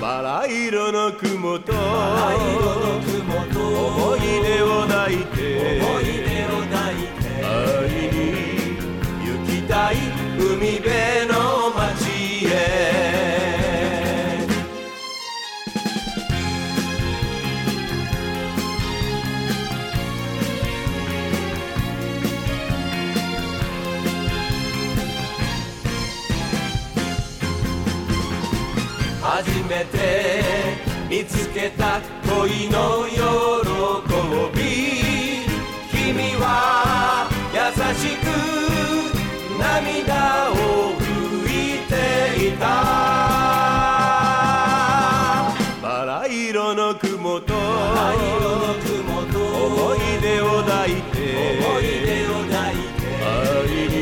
E: バラ色の雲と
C: 藍色の雲と
E: 思い出を抱いて
C: 思い出を抱いて
E: 愛に
C: たい海辺の街へ初めて見つけた恋の喜び君は優しく涙を拭いていたバラ色の雲と思い出を抱いて会いに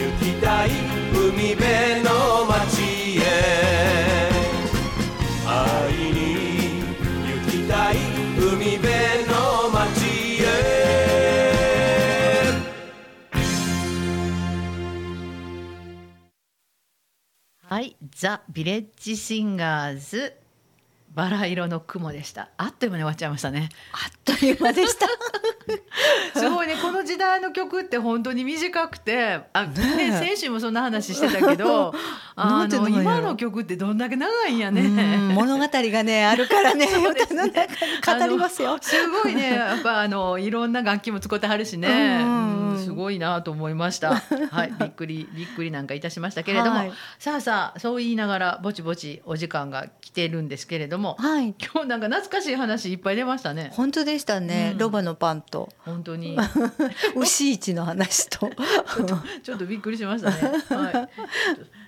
C: 行きたい海辺の街へ会いに行きたい海辺の街へ
A: はい、ザ・ビレッジ・シンガーズバラ色の雲でしたあっという間に終わっちゃいましたね
B: あっという間で した。
A: すごいねこの時代の曲って本当に短くてあ、ね、
B: ねえ
A: 先週もそんな話してたけどあ
B: なんていう
A: の
B: のやろ
A: 今の曲ってどんだけ長いんやね。
B: うん物語がねあるからね
A: そうです
B: 歌の
A: ね
B: 中に語ります
A: あ
B: よ
A: の。すごいねやっぱあのいろんな楽器も使ってはるしね、
B: うんうんうん
A: うんすごいなと思いましたはい びっくりびっくりなんかいたしましたけれども、
B: はい
A: さあさあそう言いながらぼちぼちお時間が来てるんですけれども
B: はい。
A: 今日なんか懐かしい話いっぱい出ましたね
B: 本当でしたね、
A: うん
B: ロバのパン と
A: 本当に
B: 牛市の 話と
A: ちょっとびっくりしましたねはい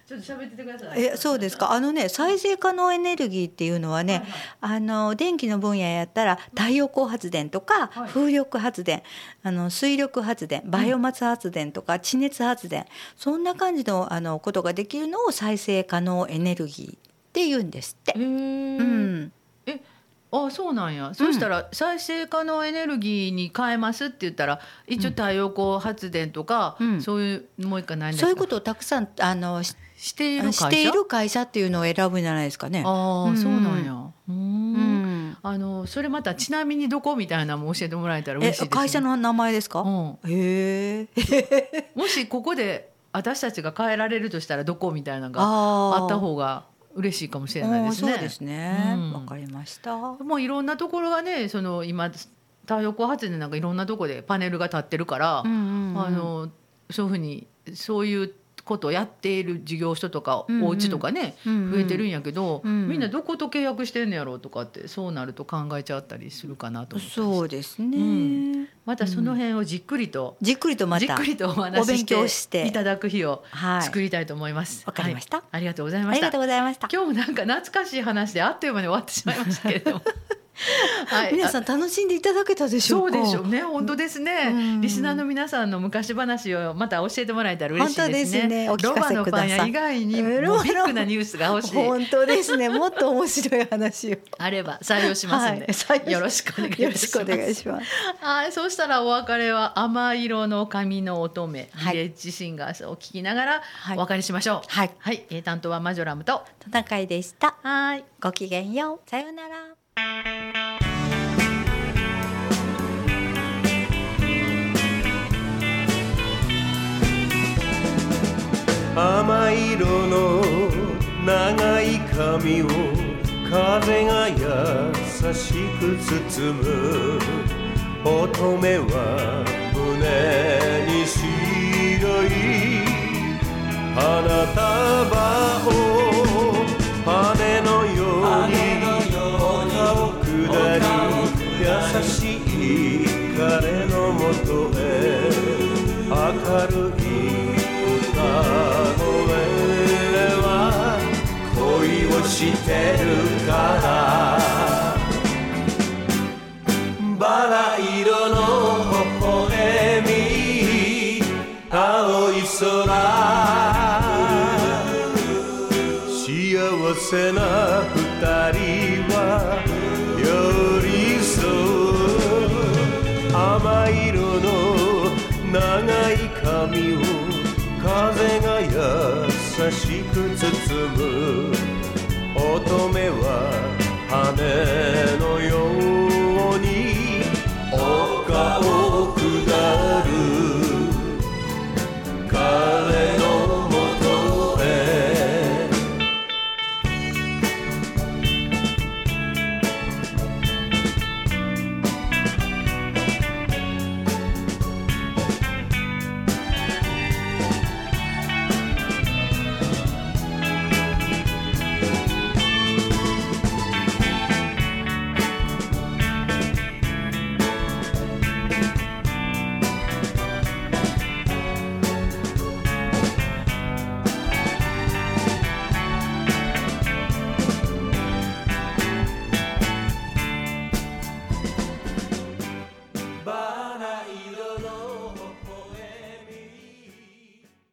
A: ちょっとちょっと喋っててください
B: えそうですかあのね再生可能エネルギーっていうのはね、あの電気の分野やったら太陽光発電とか
A: はい
B: 風力発電、あの水力発電バイオマス発電とか地熱発電、そんな感じのあのことができるのを再生可能エネルギーって言うんですって
A: へ。ー
B: うん
A: あそうなんや、そうしたら再生可能エネルギーに変えますって言ったら一応太陽光発電とか、
B: うん
A: そういうもう一回何ですか
B: そういうことをたくさんあのし
A: している会社
B: している会社っていうのを選ぶんじゃないですかね。
A: ああ、
B: うん
A: そうなんやうー
B: うんん、
A: あのそれまたちなみにどこみたいなのも教えてもらえたら嬉
B: え
A: しいです、ね、
B: 会社、の名前ですか、
A: う
B: へえ
A: ん、もしここで私たちが変えられるとしたらどこみたいなの が
B: あ
A: あった
B: が
A: 方が嬉しいかもしれないですね
B: そうですね
A: うん
B: わ、かりました
A: もういろんなところがねその今太陽光発電なんかいろんなところでパネルが立ってるから、あ
B: あ
A: のそういうふうにそういうことをやっている事業所とか、
B: うんうん
A: お家とかね増えてるんやけど、
B: うん
A: みんなどこと契約してんのやろうとかってそうなると考えちゃったりするかなと思って
B: そうですね、
A: うんまたその辺をじっくりと、
B: じっくりとま
A: じったくりとお話し
B: お勉強し
A: して
B: て
A: いただく日を
B: はい
A: 作りたいと思います。
B: わかりました
A: はいありがとうございま
B: あ
A: し
B: り
A: た
B: がとう。ございました
A: 今日もなんか懐かしい話であっという間に終わってしまいましたけれど も。は
B: 皆さん楽しんでいただけたでしょ
A: そうう
B: か
A: でしょうね本当ですね、
B: うん
A: リスナーの皆さんの昔話をまた教えてもらえたら嬉しい
B: 本当
A: で
B: ですす
A: ね
B: ねお聞かせ
A: ロバの
B: く
A: パン
B: ださい
A: 屋以外に
B: うん
A: もうビッグなニュースが 欲しい
B: 本当ですねもっと面白い話 を
A: あれば採用しますんで、
B: はい採用し
A: よろしくお願いい
B: よ
A: た
B: ろし
A: し
B: くお
A: ます
B: 願いします
A: はいそうしたらお別れは甘い色の髪の乙女、
B: はい
A: ビレッジシンガーズを聞きながら
B: はい
A: お別れしましょう
B: はい
A: はい、えー担当はマジョラムと
B: トナカイでした
A: はい
B: ごきげんようさようなら
C: 甘い色の長い髪を風が優しく包む乙女は胸に白い花束を羽のように丘を下り優しい彼のもとへ明るい歌声は恋をしてるからバラ色の微笑み青い空幸せな二人は寄り添う甘い色の長い髪を風が優しく包む